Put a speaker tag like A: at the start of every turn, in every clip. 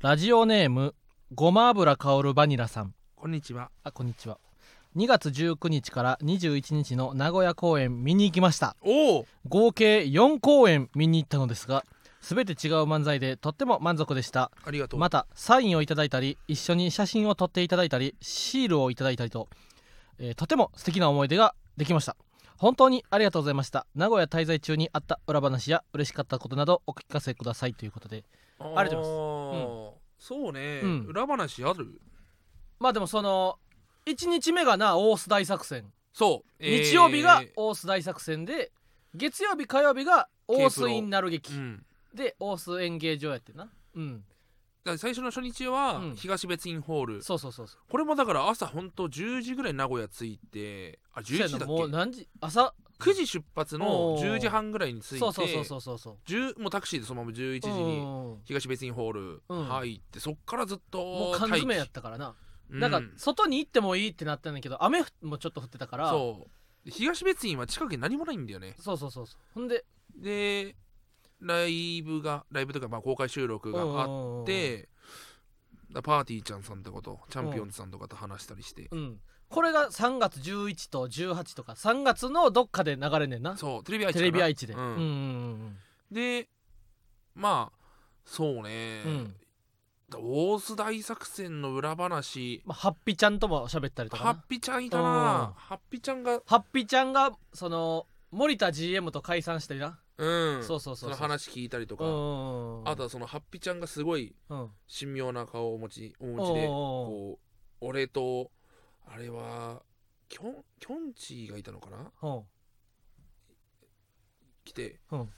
A: ラジオネームごま油香るバニラさん
B: こんにちは。
A: あこんにちは2月19日から21日の名古屋公演見に行きました
B: おお。
A: 合計4公演見に行ったのですが全て違う漫才でとっても満足でした
B: ありがとう。
A: またサインをいただいたり一緒に写真を撮っていただいたりシールをいただいたりと、えーとても素敵な思い出ができました本当にありがとうございました名古屋滞在中にあった裏話や嬉しかったことなどお聞かせくださいということで
B: あ
A: りがとう
B: ございます。そうね、
A: うん
B: 裏話ある。
A: まあでもその1日目がな大須大作戦、
B: そう、
A: 日曜日が
B: えー
A: 大須大作戦で月曜日火曜日が大須インなる劇
B: うん。
A: で大須演芸場やってなうん
B: だから最初の初日は
A: うん
B: 東別院ホール、
A: そうそうそうそう
B: これもだから朝ほんと10時ぐらい名古屋着いてあ11時だっ
A: そ
B: け
A: やなもう何時朝
B: 9時出発の
A: おー
B: 10時半ぐらいに着いて
A: そうそうそうそうそうそう
B: 10もうタクシーでそのまま11時
A: う
B: に
A: んうんうん
B: 東別院ホール
A: うん
B: 入って、そっからずっと
A: もう缶
B: 待機
A: 詰やったからな、
B: うん
A: なんか外に行ってもいいってなったんだけど雨もちょっと降ってたから
B: そう東別院は近くに何もないんだよね
A: そうそうそうそうほんで
B: でライブがライブというかまあ公開収録があっ
A: うんうん
B: てだパーティーちゃんさんとかとチャンピオンズさんとかと話したりして
A: うん、うんこれが3月11と18とか3月のどっかで流れんねんな
B: そうテレビ愛
A: テ
B: 知かな
A: レビ愛知で、
B: う
A: うんん、うんうん
B: でまあそうね、
A: うんうん
B: だ大須大作戦の裏話
A: まあ、ハッピーちゃんとも喋ったりとか
B: ハッ
A: な
B: ピちゃんいたな
A: うん
B: ハッピちゃんが
A: ハッピーちゃんがその森田 GM と解散してな、
B: うん
A: そうそうそう
B: の話聞いたりと
A: うんうんうん
B: かあとはそのハッピちゃんがすごい
A: うん
B: 神妙な顔をお持ちお
A: お
B: 持
A: う
B: ちで
A: おうおう
B: こう俺とあれはきょんきょんちがいたのかな
A: お
B: 来て、
A: うん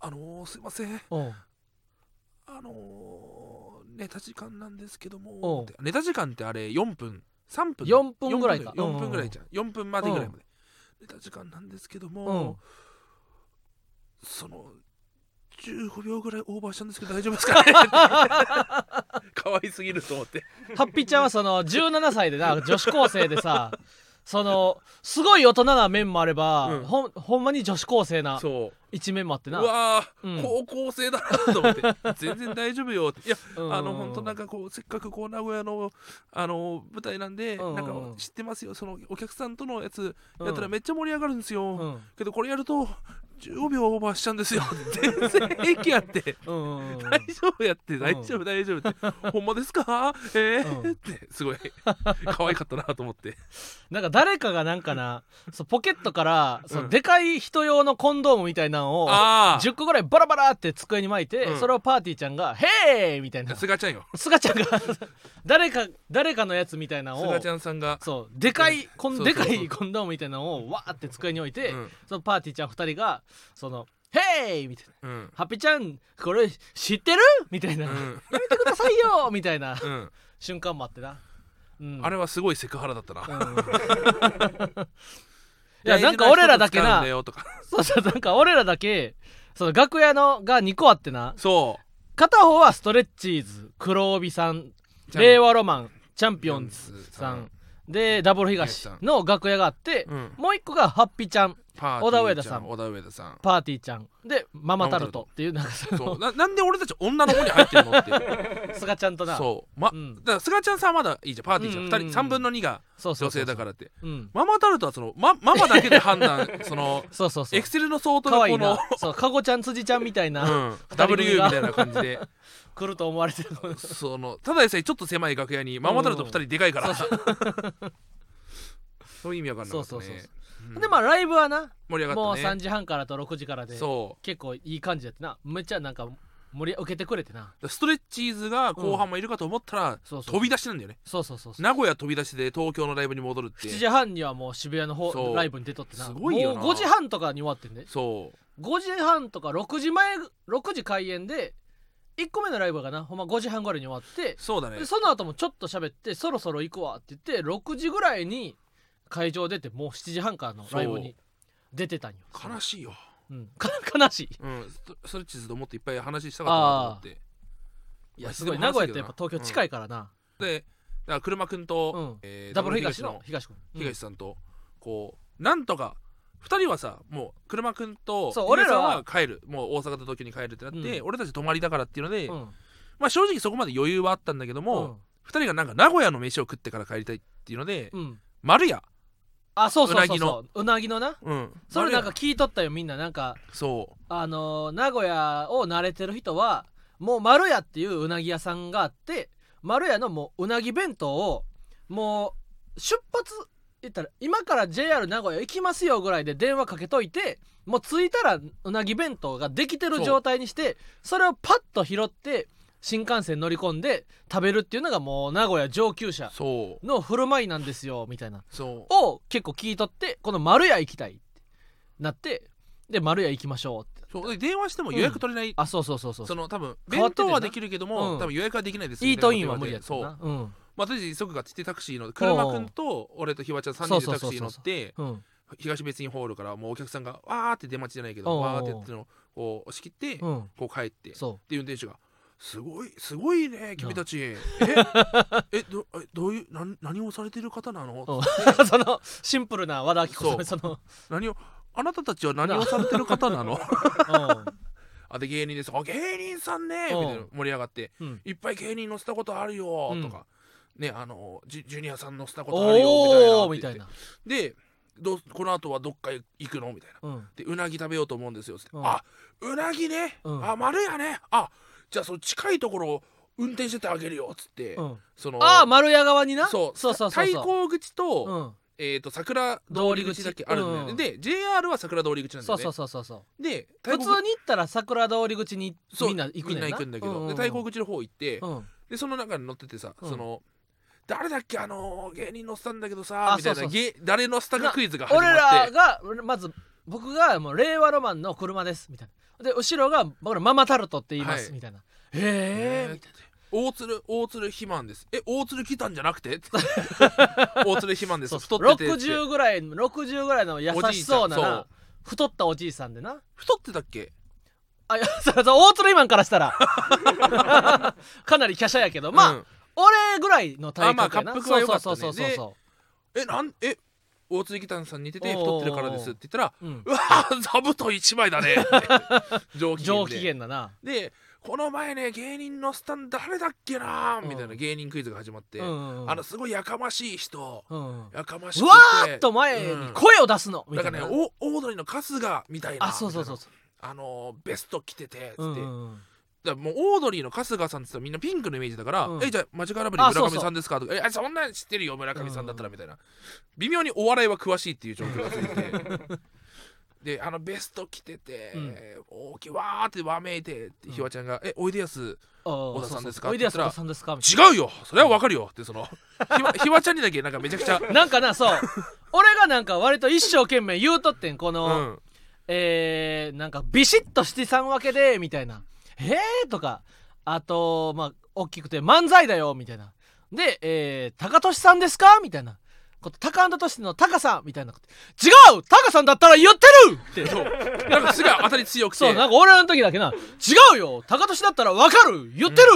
B: あのー、すいません
A: うおう
B: あのー、ネタ時間なんですけど
A: お
B: も
A: う
B: ってネタ時間ってあれ4分3分
A: 4分ぐらいか
B: 4
A: うんうんう
B: 分
A: ん
B: ぐらいじゃん4分までぐらいまでネタ時間なんですけどもその15秒ぐらいオーバーしたんですけど大丈夫ですかね かわいすぎると思って
A: ハッピーちゃんはその17歳でな女子高生でさ そのすごい大人な面もあれば、
B: うん
A: ほんほんまに女子高生な
B: そう
A: 一面もあって
B: う
A: な
B: わー、
A: うん
B: 高校生だなと思って全然大丈夫よっていや
A: うん
B: あの本当なんかこうせっかくこう名古屋のあの舞台なんで、
A: うん
B: なんか知ってますよそのお客さんとのやつ
A: うん
B: やったらめっちゃ盛り上がるんですよ、
A: うん
B: けどこれやると15秒オーバーしちゃうんですよ全然平気やって
A: うんうんうんうん
B: 大丈夫やって大丈夫大丈夫ってほんまですかえー
A: うん
B: ってす ごい可愛かったなと思って
A: なんか誰かがなんかなそうポケットからそううんでかい人用のコンドームみたいなのを
B: ああ
A: 10個ぐらいバラバラって机に巻いて、
B: うん
A: それをパーティーちゃんが「ヘー!」みたいな
B: すがちゃんよ
A: すがちゃんが誰か誰かのやつみたいな
B: す
A: のを
B: がちゃんさんが、
A: そうでかいこ
B: そ
A: ん
B: うそ
A: で
B: うそう
A: かいコンドームみたいなのをわーって机に置いて、
B: うん
A: そのパーティーちゃん2人がその「ヘイ!」みたいな
B: うん
A: 「ハッピーちゃんこれ知ってる?」みたいな「
B: う
A: や
B: ん
A: めてくださいよ!」みたいな
B: うん、
A: 瞬間もあってな、うん、
B: あれはすごいセクハラだったな、
A: うんいやなんか俺らだけ
B: 大事な人使うん
A: な
B: だよとか
A: そうそうなんか俺らだけその楽屋のが2個あってな
B: そ
A: 片方はストレッチーズ黒帯さん
B: う
A: 令和ロマンチャンピオンズさ
B: さん
A: んでダブル東
B: 東さん
A: の楽屋があって、
B: うん
A: もう一個がハッピーちゃん
B: パーティー
A: 小田上田さん
B: 小田上田さん
A: パーティーちゃんでママタルトっていうなんかそ
B: そ
A: の
B: うななんで俺たち女の方に入ってるのって
A: スガちゃんとな
B: そうま、
A: うん
B: だから菅ちゃんさんはまだいいじゃんパーティーじゃん、
A: う
B: 二
A: んうんうん
B: 人3分の2が
A: そうそう
B: 女
A: そう
B: 性だからって
A: うん
B: ママタルトはその、ま、ママだけで判断その
A: そうそうそ
B: エ
A: う
B: クセルの相当
A: か
B: の
A: わい
B: こ
A: い
B: の
A: なそうかごちゃん辻ちゃんみたいな、
B: うん、
A: 二人組
B: W み
A: が
B: たいな感じで
A: 来ると思われてる
B: そのただでさえちょっと狭い楽屋にママタルト2人でかいから、 そういう意味わかんなかったね
A: そうそうそ
B: うん
A: でまあライブはな
B: 盛り上
A: も
B: が
A: う
B: った
A: 3
B: ね
A: 時半からと6時からで
B: そ
A: 結構いい感じやってなめっちゃなんか盛り受けてくれてな
B: うストレッチーズが後半もいるかと思ったら、
A: そうそう
B: 飛び出しなんだよね
A: そうそうそうそう
B: 名古屋飛び出しで東京のライブに戻るって
A: 7時半にはもう渋谷の
B: そ
A: 方
B: う
A: ライブに出とってな
B: すごいよな
A: もう5時半とかに終わってんで
B: そう
A: 5時半とか6時前6時開演で1個目のライブがなほんま5時半ぐらいに終わって
B: そうだね
A: でその後もちょっと喋ってそろそろ行くわって言って6時ぐらいに会場出てもう7時半からのライブに出てたんよ
B: 悲しいよ、
A: うん、か悲しい
B: うん、ストストレッチーズともっといっぱい話したかったなと思って
A: い
B: まあ
A: やすごい
B: でも
A: 名
B: 話
A: 古屋
B: せる
A: って
B: けど
A: やっ
B: な
A: ぱ東京近いからな、
B: でだから車くんと、
A: うん
B: えー
A: ダブル東の
B: ダ
A: 東君
B: ブル東君とこうなんとか2人はさもう車くんと
A: そう
B: 東
A: 俺ら
B: さん
A: は
B: は帰るもう大阪と東京に帰るってなって、
A: う
B: 俺たち泊まりだからっていうので、
A: うんうん
B: まあ正直そこまで余裕はあったんだけど
A: う
B: も、
A: ん
B: 二人がなんか名古屋の飯を食ってから帰りたいっていうので、
A: うん
B: 丸屋
A: あそうそう
B: う
A: そ
B: な
A: う
B: ぎの
A: そううなぎのな
B: うん
A: それなん
B: 丸
A: か聞いとったよみんななんか
B: 屋そう
A: あのー名古屋を慣れてる人はもう丸屋っていううなぎ屋さんがあって丸屋のもううなぎ弁当をもう出発言ったら今から JR 名古屋行きますよぐらいで電話かけといてもう着いたらうなぎ弁当ができてる状態にしてそれをパッと拾って新幹線乗り込んで食べるっていうのがもう名古屋上級者
B: そう
A: の振る舞いなんですよみたいな
B: そ
A: を結構聞いとってこの丸屋行きたいってなってで丸屋行きましょうって
B: うそうで電話しても予約取れない、
A: あそうそうそうそう
B: その多分
A: 変わっ
B: 弁
A: てて
B: 当
A: な
B: はできるけども、
A: うん
B: 多分予約はできないです
A: イートインは無理やっ
B: で
A: た
B: そう
A: なうん
B: まあとりあえず急ぐかって言ってタクシーの車くんと俺とひばちゃん3人でタクシー乗って
A: うん
B: 東別院ホールからもうお客さんがわーって出待ちじゃないけ
A: おうお
B: ど
A: う
B: わーってやってるのをこう押し切って
A: うん
B: こう帰って
A: そ
B: で運転手が「すごいすごいね 君たちええどえどういう何何をされてる方なの
A: ううん そのシンプルな和田アキ子さんその
B: 何をあなたたちは何をされてる方 なの? 」あで芸人です「あ芸人さんね」み
A: うん
B: たいな盛り上がって
A: うんう
B: 「いっぱい芸人乗せたことあるよ
A: う」ん
B: とか。ね、あのジュジュニアさん乗せたことある
A: お
B: よ
A: おみ
B: みた
A: た
B: い
A: い
B: な
A: な
B: って言ってでどうこの後はどっか行くのみたいな
A: うん
B: でうなぎ食べようと思うんですよつって、
A: うん
B: あうなぎね、
A: うん
B: あ丸やねあじゃあその近いところを運転しててあげるよっつって、
A: うん
B: その
A: ああ丸屋側にな
B: そう
A: そうそうそう
B: 対
A: そう
B: 抗口と,、
A: うん
B: えー、と桜通り口だけあるんだよね、
A: うん
B: で JR は桜通り口なんだ
A: そ
B: よ
A: う
B: ね
A: そうそうそうそう
B: で
A: 普
B: 対
A: 通
B: 抗口
A: に行ったら桜通り口に
B: そう
A: みんな行くね
B: みんな行くんだけど、で対抗口の方行って、
A: うん
B: でその中に乗っててさ、
A: うん
B: その誰だっけあのー芸人乗せたんだけどさ
A: あ
B: みたいな
A: そうそう
B: 芸誰乗せたかクイズが始ま
A: 俺
B: っ
A: ら
B: て
A: がまず僕がもう令和ロマンの車ですみたいなで後ろが僕らママタルトって言います
B: はい
A: みたいなへえみたいな
B: 大鶴大鶴肥満ですえ大鶴来たんじゃなく て大鶴肥満です太っててって
A: 60ぐらい60ぐらいの優しそうな
B: おじいちゃんそ
A: な
B: う
A: 太ったおじいさんでな
B: 太ってたっけ
A: あいや そうそう大鶴イマンからしたら かなり華奢やけどまあ、
B: うん
A: 俺ぐらいの体格やな、
B: あまあ恰幅は良かったね
A: そうそうそうそうそ
B: えなんえ大鶴来たんさん似てて
A: おー
B: 太ってるからですって言ったら
A: う、うん
B: う、わ ー座布団一枚だね上機嫌
A: 上
B: で
A: 機嫌だな
B: でこの前ね芸人のスタン誰だっけな
A: うん
B: みたいな芸人クイズが始まって、
A: うんうんうん
B: あのすごいやかましい人
A: うんうんう
B: やかましくて
A: わーっと前に
B: うん
A: 声を出すの、み
B: だ
A: た
B: か
A: いな
B: らねおオードリーの春日みたいな
A: あそうそうそう
B: みたい
A: そ
B: なあのーベスト着ててつって、
A: う、うんうんうん
B: だからもうオードリーの春日さんって言ったらみんなピンクのイメージだから「
A: うん
B: えじゃあマジカラブリ
A: あ
B: 村
A: そうそう
B: 上さんですか?」とか「えあそんなん知ってるよ村上さんだったら」みたいな、微妙にお笑いは詳しいっていう状況がついて であのベスト着てて、
A: うん
B: 大きいわーってわめいてってひわちゃんが「えおいでやす
A: お
B: 小田さんですか
A: おいでやす
B: って言
A: 小
B: ったら
A: 田さんですかみたい
B: 違うよそれはわかるよ」ってそのひわひわちゃんにだけなんかめちゃく ちゃ
A: ななんかなそう 俺がなんか割と一生懸命言うとってんこ
B: う
A: の、
B: ん
A: えー、なんかビシッとしてさんわけでみたいな「へえ」とかあとまあ大きくて「漫才だよ」みたいなで「えー、タカトシさんですか?」みたいなこと「タカトシのタカさん」みたいなこと「違うタカさんだったら言ってる!」って
B: そうなんかすごい当たり強くて
A: そうなんか俺らの時だけな「違うよタカトシだったらわかる言ってる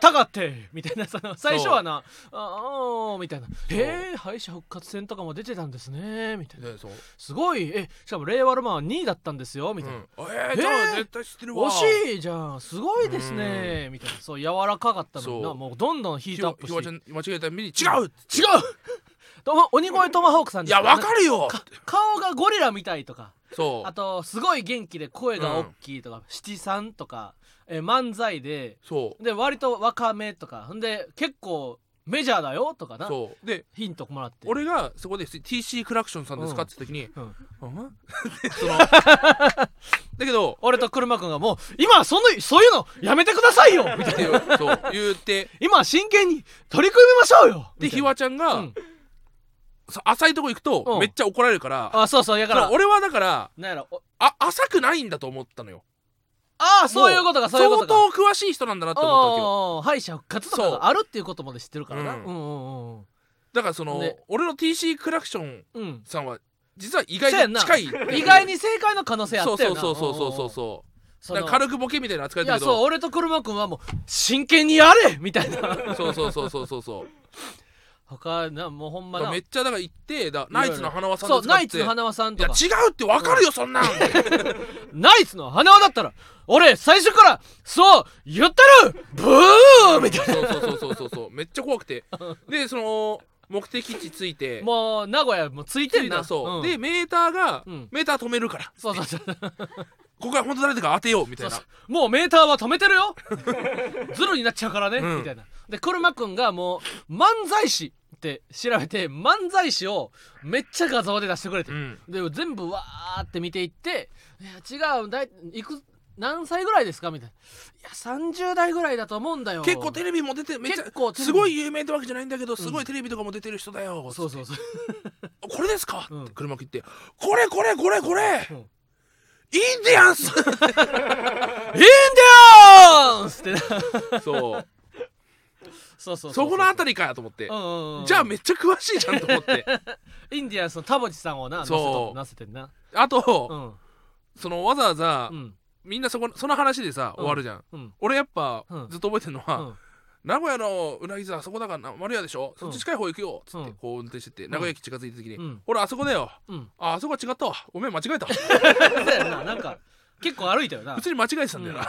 A: タカって」みたいなその最初はな「ああ」みたいな「へえ敗者復活戦とかも出てたんですね」みたいな
B: ねそう、
A: 「すごいえしかも令和ロマンは2位だったんですよ」み
B: う
A: たいな。
B: ん、えー、じゃあ絶対知ってるわ
A: 惜しいじゃんすごいですねみたいなそう柔らかかったのにな
B: そう
A: もうどんどんヒー
B: ひ
A: トア
B: わ
A: ップ
B: ひ
A: し
B: わ
A: て
B: ちゃ
A: 違うん
B: 間違えた目に 「違う!」って
A: とま鬼越トマホークさん
B: い
A: です
B: や
A: から
B: わかるよ
A: か顔がゴリラみたいとか
B: そう
A: あとすごい元気で声が大きいとか、七三とかえー漫才で
B: そう
A: で割と若めとかほんで結構メジャーだよとかな
B: そうで
A: ヒントもらって
B: 俺がそこで TC クラクションさんですか
A: うん
B: って言った時に
A: うん
B: 「うん、 そのだけど
A: 俺と車くんがもう今はそのそういうのやめてくださいよみたいな
B: ってそう言って
A: 今は真剣に取り組みましょうよ
B: で
A: みたい
B: ひ
A: な
B: わちゃんが、
A: うん
B: そう浅いとこ行くと、
A: うん
B: めっちゃ怒られるから
A: あそうそうやか
B: そ
A: ら
B: う俺はだから
A: なんやろお
B: あ浅くないんだと思ったのよ
A: ああそういうことかそういうことか
B: 相当詳しい人なんだなって思ったわけ
A: おうお
B: よ
A: うおう敗者復活とか
B: そう
A: があるっていうことまで知ってるからな
B: うん
A: うんうん
B: だからその、
A: ね
B: 俺の TC クラクション
A: うんうん
B: さんは実は意外と近いっていう
A: 意外に正解の可能性あ
B: そう
A: ったよ
B: そう
A: な
B: そうそうそうそう
A: う
B: そう
A: そ
B: だ
A: の
B: から軽くボケみたいな扱い
A: い
B: だ
A: や
B: け
A: そう
B: ど
A: 俺と車くんはもう真剣にやれみたいな
B: そうそうそうそうそうそう
A: 他なもうほん ま
B: だから
A: な
B: めっちゃだから行ってだ
A: ろ
B: ナ
A: いろ
B: イツの花輪さん
A: そう
B: と使っ
A: ナ
B: て
A: イツの花輪さん
B: い
A: と
B: や
A: か
B: 違うってわかるよそん なん
A: ナイツの花輪だったら俺最初からそう言ってるブーみたい
B: そうそうそうそうそうそうめっちゃ怖くてでその目的地着いて
A: なもう名古屋もついて
B: 着い
A: ん
B: た
A: な
B: そう、
A: ん
B: でメーターが、
A: うん
B: メーター止めるから
A: そうそうそう
B: ここは本当誰だか当てようみたいな
A: そうそうもうメーターは止めてる よズルになっちゃうからね、
B: うん
A: みたいなで車くんがもう漫才師って調べて漫才師をめっちゃ画像で出してくれて、
B: うん
A: で全部わーって見ていって「いや違うだいいく何歳ぐらいですか?」みたいな「いや30代ぐらいだと思うんだよ」
B: 結構テレビも出てめっち
A: 結構
B: ゃ
A: テレビ
B: すごい有名ってわけじゃないんだけどすごいテレビとかも出てる人だよ、
A: そうそうそう
B: これですか、
A: うん
B: って車切ってこれこれこれこれ、
A: うん
B: インディアンス
A: 「インディアンス!」ってな
B: そう
A: そうそう
B: そこのあたりかと思って、
A: うんうんうん
B: じゃあめっちゃ詳しいじゃんと思って
A: インディアンスの田淵さんをな
B: そう
A: なせてんな
B: あと、
A: うん
B: そのわざわざ、
A: うん
B: みんなそこその話でさ、
A: うん
B: 終わるじゃん
A: うん
B: 俺やっぱ、
A: うん
B: ずっと覚えてるの
A: う
B: は、
A: ん
B: 名古屋のうなぎ座あそこだからな丸屋でし
A: う
B: ょ、
A: ん
B: そっち近い方行くよっつって、
A: うん
B: こう運転してって名古屋駅近づいた時に、
A: うん
B: ほらあそこだよ
A: うん
B: ああそこは違ったわごめん間違えた
A: そうやななんか結構歩いたよな
B: 普通に間違えてたんだよな、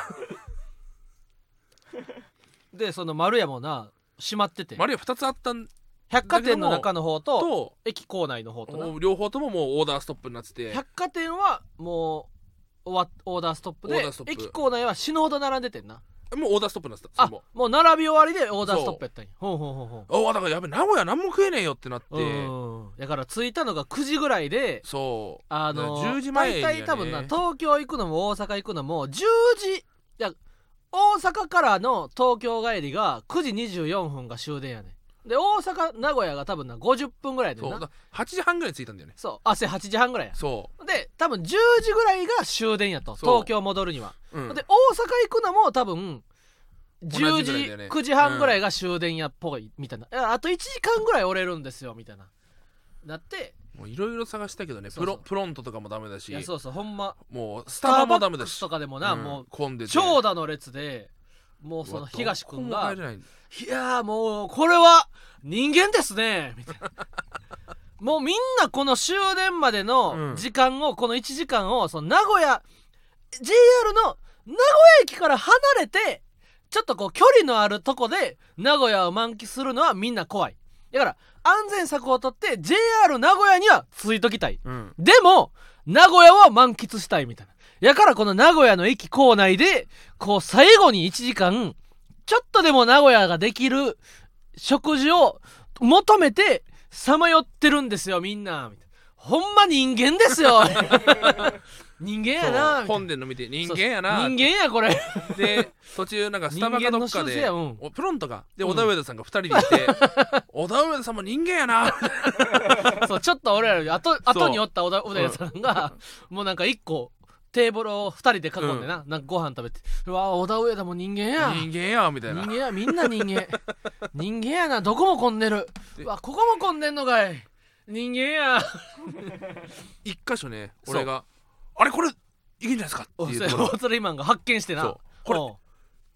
A: でその丸屋もな閉まってて
B: 丸屋2つあったん
A: 百貨店の中の方と
B: と
A: 駅構内の方とな
B: 両方とももうオーダーストップになってて
A: 百貨店はもう終わオーダーストップ
B: オ
A: で
B: ーダーストップ
A: 駅構内は死ぬほど並んでてんな
B: もうオーダーストップになってた
A: あ
B: それも
A: もう並び終わりでオーダーストップやったんやほうほうほうほう
B: ああだからやべ名古屋何も食えねえよってなって
A: うんだから着いたのが9時ぐらいで
B: そう
A: あの
B: 10時前にはね
A: 大体多分な東京行くのも大阪行くのも10時いや大阪からの東京帰りが9時24分が終電やねんで大阪名古屋が多分な50分ぐらいで
B: そう
A: な
B: だ
A: そう
B: から8時半ぐらいに着いたんだよね
A: あせ8時半ぐらいや
B: そ
A: で多分10時ぐらいが終電やと
B: そう
A: 東京戻るには
B: う、うん、
A: で大阪行くのも多分10
B: 同じ
A: 時
B: ぐらいだよね
A: 9時半ぐらいが終電やっぽいみたいな、いやあと1時間ぐらい折れるんですよみたいななって
B: もういろいろ探したけどね
A: そうそう
B: プロプロントとかもダメだし
A: いやそうそうほんま
B: もうス
A: ス
B: タバもダ
A: ターバッ
B: メだ
A: クス
B: し
A: とかでもな、
B: ん
A: もう
B: 混んでて
A: 長蛇の列でもうその東君
B: うわ
A: が
B: どこも入れない
A: 「いやーもうこれは人間ですね」みたいなもうみんなこの終電まで
B: う
A: の
B: ん
A: 時間を、この1時間をその名古屋 JR の名古屋駅から離れてちょっとこう距離のあるとこで名古屋を満喫するのはみんな怖いだから安全策をとって JR 名古屋にはついときたい
B: うん
A: でも名古屋は満喫したいみたいなやからこの名古屋の駅構内でこう最後に1時間ちょっとでも名古屋ができる食事を求めてさまよってるんですよみんなみたいなほんま人間ですよ 人間やなみた
B: そう
A: い
B: 混
A: なん
B: でるの見て人間やな
A: 人間やこれ
B: で途中なんかスタバかどっ
A: 人間
B: か
A: の習性
B: で、
A: やうん
B: おプロントがで
A: うん
B: 小田上田さんが2人でい て、小田上田さんも人間やな
A: そうちょっと俺らより後後におった小田小田屋さんが、もうなんか1個テーブルを2人で囲んでな,、なんかご飯食べて「うわ小田上田も人間や」
B: 人間やみたいな
A: 人間やみんな人間人間やなどこも混んでる
B: で
A: うわここも混んでんのかい人間や
B: 一箇所ね
A: そう
B: 俺があれこれいけんじゃないですか
A: お
B: って
A: そ
B: い
A: れ
B: うとこ
A: オ
B: ろ
A: ートレイマンが発見して
B: そ
A: な
B: うこれ
A: おう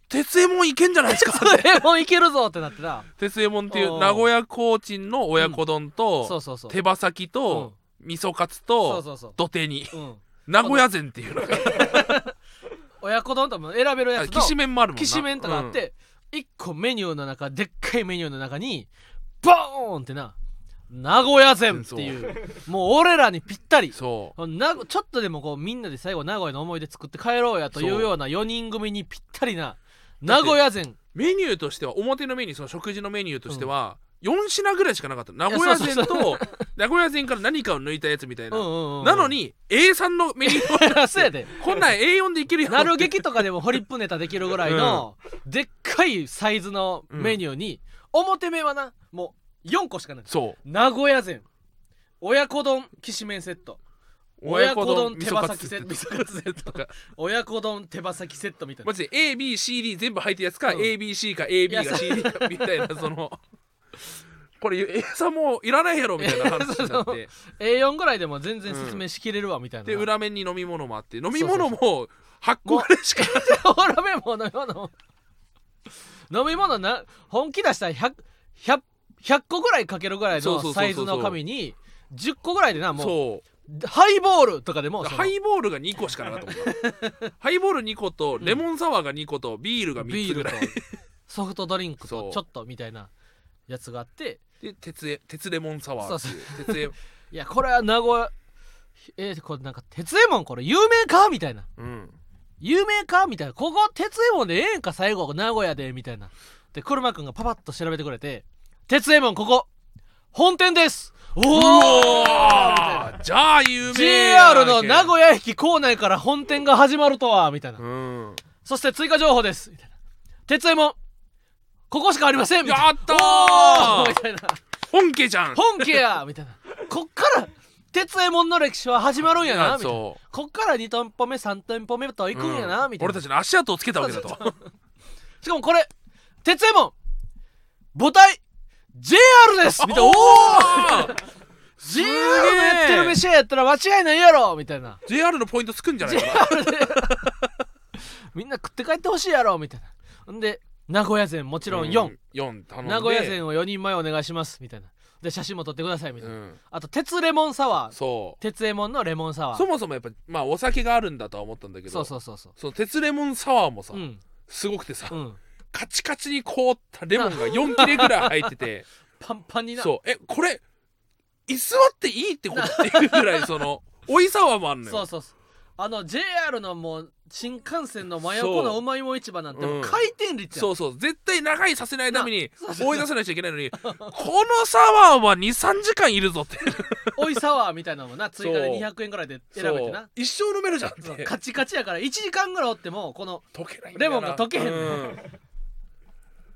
B: 鉄右衛門いけんじゃないですか
A: それもういけるぞってなってな
B: 鉄右衛門ってい
A: お
B: う
A: う
B: 名古屋コーチンの親子丼
A: そう
B: と
A: そうそう
B: 手羽先と味噌カツ
A: そう
B: と
A: そうそう
B: 土手に
A: うん
B: 名古屋膳っていうのが
A: 親子丼とかも選べるやつ
B: きし
A: の
B: めんもあるもんな
A: きしめんとかあって一個メニューの中でっかいメニューの中にボーンってな名古屋膳っていうもう俺らにぴったり
B: うんそう
A: なちょっとでもこうみんなで最後名古屋の思い出作って帰ろうやというような4人組にぴったりな名古屋膳
B: メニューとしては表のメニューその食事のメニューとしては、4品ぐらいしかなかった名古屋
A: いや
B: 膳
A: そう
B: と名古屋膳から何かを抜いたやつみたいな、
A: うんうんうん
B: なのに A さんのメニュー を
A: そうやで
B: こんなん A4 でいけるやん
A: なる劇とかでもホリップネタできるぐらいのでっかいサイズのメニューに表面はなもう4個しかない
B: そう
A: 名古屋膳親子丼きしめんセット親子丼手羽先セット
B: 味噌カツセットか
A: 親子丼手羽先セットみたいな
B: マジで ABCD 全部入ってるやつか、
A: うん
B: ABC か AB
A: い
B: が
A: や
B: CD かみたいなそのこれ A さんもういらないやろみたいな話になっ
A: い
B: て
A: A4 ぐらいでも全然説明しきれるわみたいな、
B: で裏面に飲み物もあって飲み
A: そうそ
B: 物も8個ぐらいしか
A: ほらめも飲み物飲み物な本気出したら 100, 100, 100個ぐらいかけるぐらい
B: そうそう
A: の
B: そうそう
A: サイズの紙に10個ぐらいでなもう
B: そう
A: ハイボールとかでもその
B: ハイボールが2個しかなかったもんなハイボール2個とレモンサワーが2個とビールが3
A: ビ
B: つ
A: ール
B: ぐら
A: と
B: い
A: ソフトドリンク
B: そ
A: と
B: う
A: ちょっとみたいなやつがあって
B: で鉄え鉄レモンサワーっていう鉄え
A: いやこれは名古屋えー、これなんか鉄右衛門これ有名かみたいな
B: うん
A: 有名かみたいなここ鉄右衛門でええんか最後名古屋でみたいなで車くんがパパッと調べてくれて鉄右衛門ここ本店ですおお
B: う
A: みたいな
B: わーじゃあ有名
A: JR の名
B: 屋
A: 古屋駅構内から本店が始まるとはみたいな、
B: うん
A: そして追加情報ですみたいな鉄右衛門ここしかありませんみたいな
B: やったー
A: おーみたいな
B: 本家じゃん
A: 本家やみたいなこっから鉄右衛門の歴史は始まるんやなみたいな
B: そう
A: こっから2店舗目3店舗目と行くんやな、
B: う
A: みたいな
B: 俺たちの足跡をつけたわけだと
A: そうしかもこれ鉄右衛門母体 JR ですみたいなおお
B: ー
A: JR のやってる飯屋やったら間違いないやろみたいな
B: JR のポイントつくんじゃないかな
A: JR でみんな食って帰ってほしいやろみたいなんで名古屋膳もちろん4、
B: うん四頼んで
A: 名古屋膳を4人前お願いしますみたいなで写真も撮ってくださいみた
B: う
A: いな、
B: ん
A: あと鉄レモンサワー
B: そ
A: 鉄右衛門のレモンサ
B: う
A: ワー
B: そもそもやっぱまあお酒があるんだとは思ったんだけど
A: そうそうそうそう
B: その鉄レモンサワーもさ、
A: うん
B: すごくてさ、
A: うん
B: カチカチに凍ったレモンが4切れぐらい入っ てて
A: パンパンにな
B: そうえこれ居座っていいってことっていうぐらいそのおいサワーもあんのよ
A: そうそうそうあの JR のもう新幹線の真横
B: そ
A: の
B: う
A: うまいもん市場なんて
B: うん
A: もう回転率やん、
B: そうそう絶対長いさせないために
A: な
B: 追い出さないといけないのにこのサワーは23時間いるぞって
A: おいサワーみたいなのもな追加で
B: そう
A: 200円ぐらいで 選べて
B: そう
A: な
B: 一生飲めるじゃん って
A: カチカチやから1時間ぐらいおってもこの
B: 溶けないんだ
A: レ
B: よな
A: モンが溶けへんねん
B: うん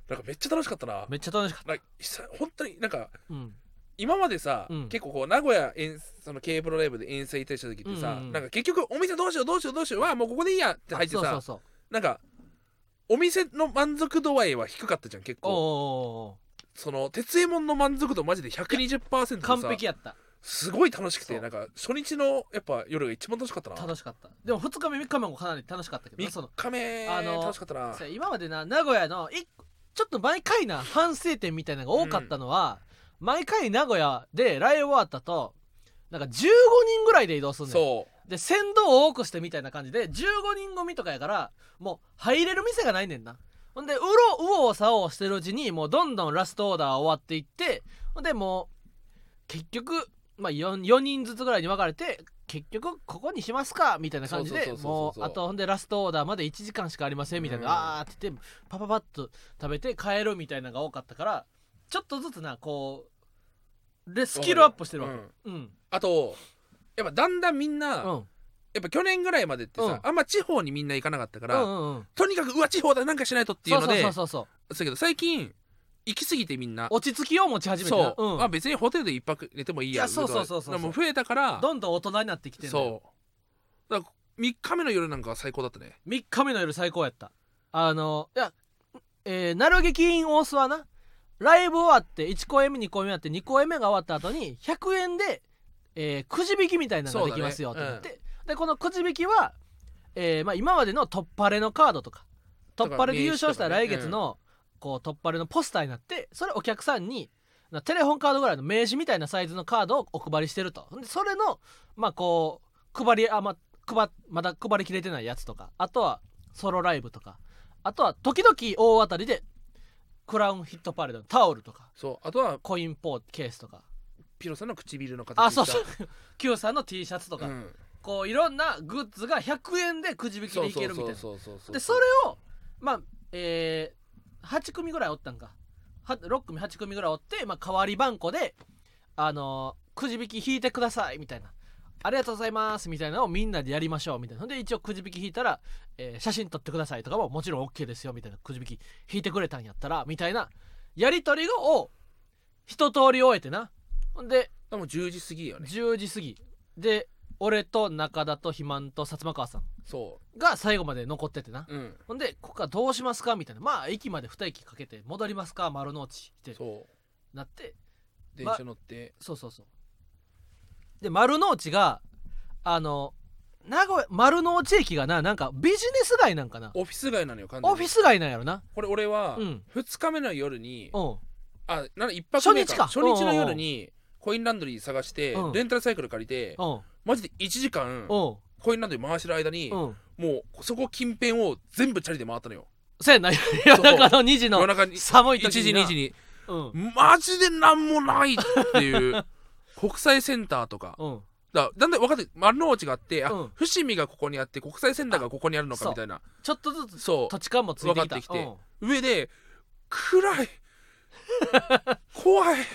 B: なんかめっちゃ楽しかったな
A: めっちゃ楽しかっ
B: なんか久々本当になんか
A: た、うん、
B: 今までさ、
A: うん
B: 結構こう名古屋遠その K プロライブで遠征行ったりした時ってさ、
A: うんうんうん
B: なんか結局お店どうしようどうしようどうしようはもうここでいいやって入ってさ
A: そうそうそう
B: なんかお店の満足度合いは低かったじゃん結
A: おーお
B: 構
A: ーお
B: その鉄右衛門の満足度マジで120%で
A: ー
B: さ
A: 完璧やった
B: すごい楽しく
A: そ
B: て
A: う
B: なんか初日のやっぱ夜が一番楽しかったな
A: 楽しかったでも2日目3日目もかなり楽しかったけどなそ
B: 3
A: の
B: 日目、
A: あの
B: 楽しかったな
A: そう今までな名古屋のいちょっと毎回な反省点みたいなのが多かったのは、毎回名古屋でライブ終わったとなんか15人ぐらいで移動するんだよ
B: そ
A: で先導を多くしてみたいな感じで15人組とかやからもう入れる店がないねんなほんでうろうおさおしてるうちにもうどんどんラストオーダー終わっていってほんでもう結局、まあ、4, 4人ずつぐらいに分かれて結局ここにしますかみたいな感じ
B: そ
A: で
B: うそうそ
A: も
B: うそうそう
A: うあとほんでラストオーダーまで1時間しかありませんみたいな、
B: うん
A: あーって言ってパパパッと食べて帰るみたいなのが多かったからちょっとずつなこうでスキルアップしてるわけ
B: うん
A: うん
B: あとやっぱだんだんみんな、
A: う
B: や
A: ん
B: っぱ去年ぐらいまでってさ、
A: うん
B: あんま地方にみんな行かなかったから、
A: うんうんうん
B: とにかくうわ地方だなんかしないとっていうので
A: そうそうそうそうそう
B: そうだけど最近行き過ぎてみんな
A: 落ち着きを持ち始めた
B: そう、
A: うん
B: まあ別にホテルで一泊寝てもいいや
A: いやそうそうそうそう
B: みたいなのも増えたから
A: どんどん大人になってきてんのよ
B: そうだから3日目の夜なんかは最高だったね
A: 3日目の夜最高やったあのいやえー、なる劇院大須はなライブ終わって1公演目2公演目あって2公演目が終わった後に100円で、えーくじ引きみたいなのができますよって言って、でこのくじ引きは、えーまあ、今までのトッパレのカードとかトッパレで優勝した
B: 名刺
A: 来
B: とかね
A: 月の、こうトッパレのポスターになってそれお客さんになテレホンカードぐらいの名刺みたいなサイズのカードをお配りしてるとでそれのまあこう配りあま配まだ配りきれてないやつとかあとはソロライブとかあとは時々大当たりでクラウンヒットパレードのタオルとか
B: そうあとは
A: コインポーケースとか
B: ピロさんの唇の形
A: あそう
B: した
A: そう Q さんの T シャツとか、
B: うん
A: こういろんなグッズが100円でくじ引き
B: そ
A: で
B: う
A: いけ
B: そう
A: るみた
B: そ
A: いな
B: うそうそうそう
A: でそれをまあえー、8組ぐらいおったんかは6組8組ぐらいおって、まあ、代わり番号であのーくじ引き引いてくださいみたいなありがとうございますみたいなのをみんなでやりましょうみたいなほんで一応くじ引き引いたら、えー写真撮ってくださいとかももちろん OK ですよみたいなくじ引き引いてくれたんやったらみたいなやり取りを一通り終えてなほんで
B: でも10時過ぎよね
A: 10時過ぎで俺と中田と肥満と薩摩川さん
B: そ
A: が最後まで残っててな
B: ううん
A: ほんでここからどうしますかみたいなまあ駅まで2駅かけて戻りますか丸の内って
B: そ
A: なって
B: う電車乗って、
A: そうそうそうで丸の内があの名古屋丸の内駅がななんかビジネス街なんかな
B: オフィス街なのよ完全に
A: オフィス街なんやろな
B: これ俺は
A: うん
B: 2日目の夜に
A: うん
B: あなんか一泊目か
A: 初
B: 初
A: 日か
B: 日の夜にコインランドリー探して
A: うん
B: レンタルサイクル借りて
A: うん
B: マジで1時間
A: うん
B: コインランドリー回してる間に
A: うん
B: もうそこ近辺を全部チャリで回ったのよ
A: せやな夜中の2時
B: 夜
A: の
B: 中に1
A: 寒い時に
B: 時
A: な
B: 2時に
A: うん
B: マジでなんもないっていう国際センターとか
A: うん
B: だだんだん分かって丸の内があってあ、
A: うん
B: 伏見がここにあって国際センターがここにあるのかみたいな
A: ちょっとずつ
B: そう
A: 土地感もついてきた
B: 分かってきて
A: うん
B: 上で暗い怖い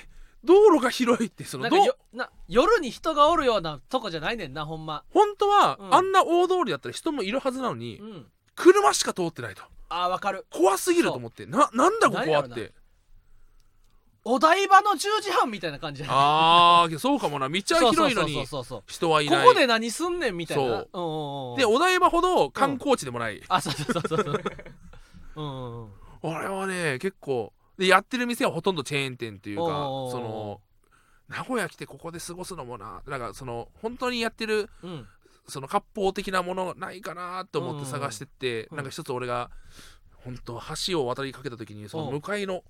B: 道路が広いってそ
A: な
B: の
A: んか
B: ど
A: よな夜に人がおるようなとこじゃないねんなほんま
B: 本当は、
A: うん
B: あんな大通りだったら人もいるはずなのに、
A: うん
B: 車しか通ってないと
A: あーわかる
B: 怖すぎると思ってななんだこ
A: 何
B: こ
A: や
B: は
A: ろ
B: っ
A: な
B: て
A: お台場の10時半みたいな感じじゃない
B: あーけどそうかもな道は
A: そうそう
B: 広いの
A: そう
B: に
A: そうそう
B: 人はい
A: こ
B: ない
A: こで何すんねんみたいな
B: そうん
A: うんうん
B: でお台場ほど観光地でもない、
A: あそうそうそうそううんうんうん
B: 俺はね結構でやってる店はほとんどチェーン店っていうか
A: おうおうおう
B: その名古屋来てここで過ごすのもななんかその本当にやってる
A: うん
B: その割烹的なものないかなと思っ
A: うん
B: て探してって、
A: うん
B: なんか一つ俺が本当橋を渡りかけた時にその向かいの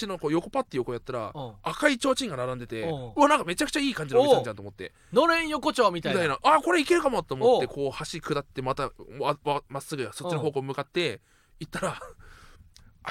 B: 橋のこう横パッて横やったら
A: うん
B: 赤い提灯が並んでて
A: おう
B: うわなんかめちゃくちゃいい感じのお店なんじゃんと思って
A: のれん横丁み
B: み
A: たい
B: たい
A: な
B: なあこれいけるかもと思って
A: おう
B: こう橋下ってまたわわまっすぐそっちの方向向かって行ったら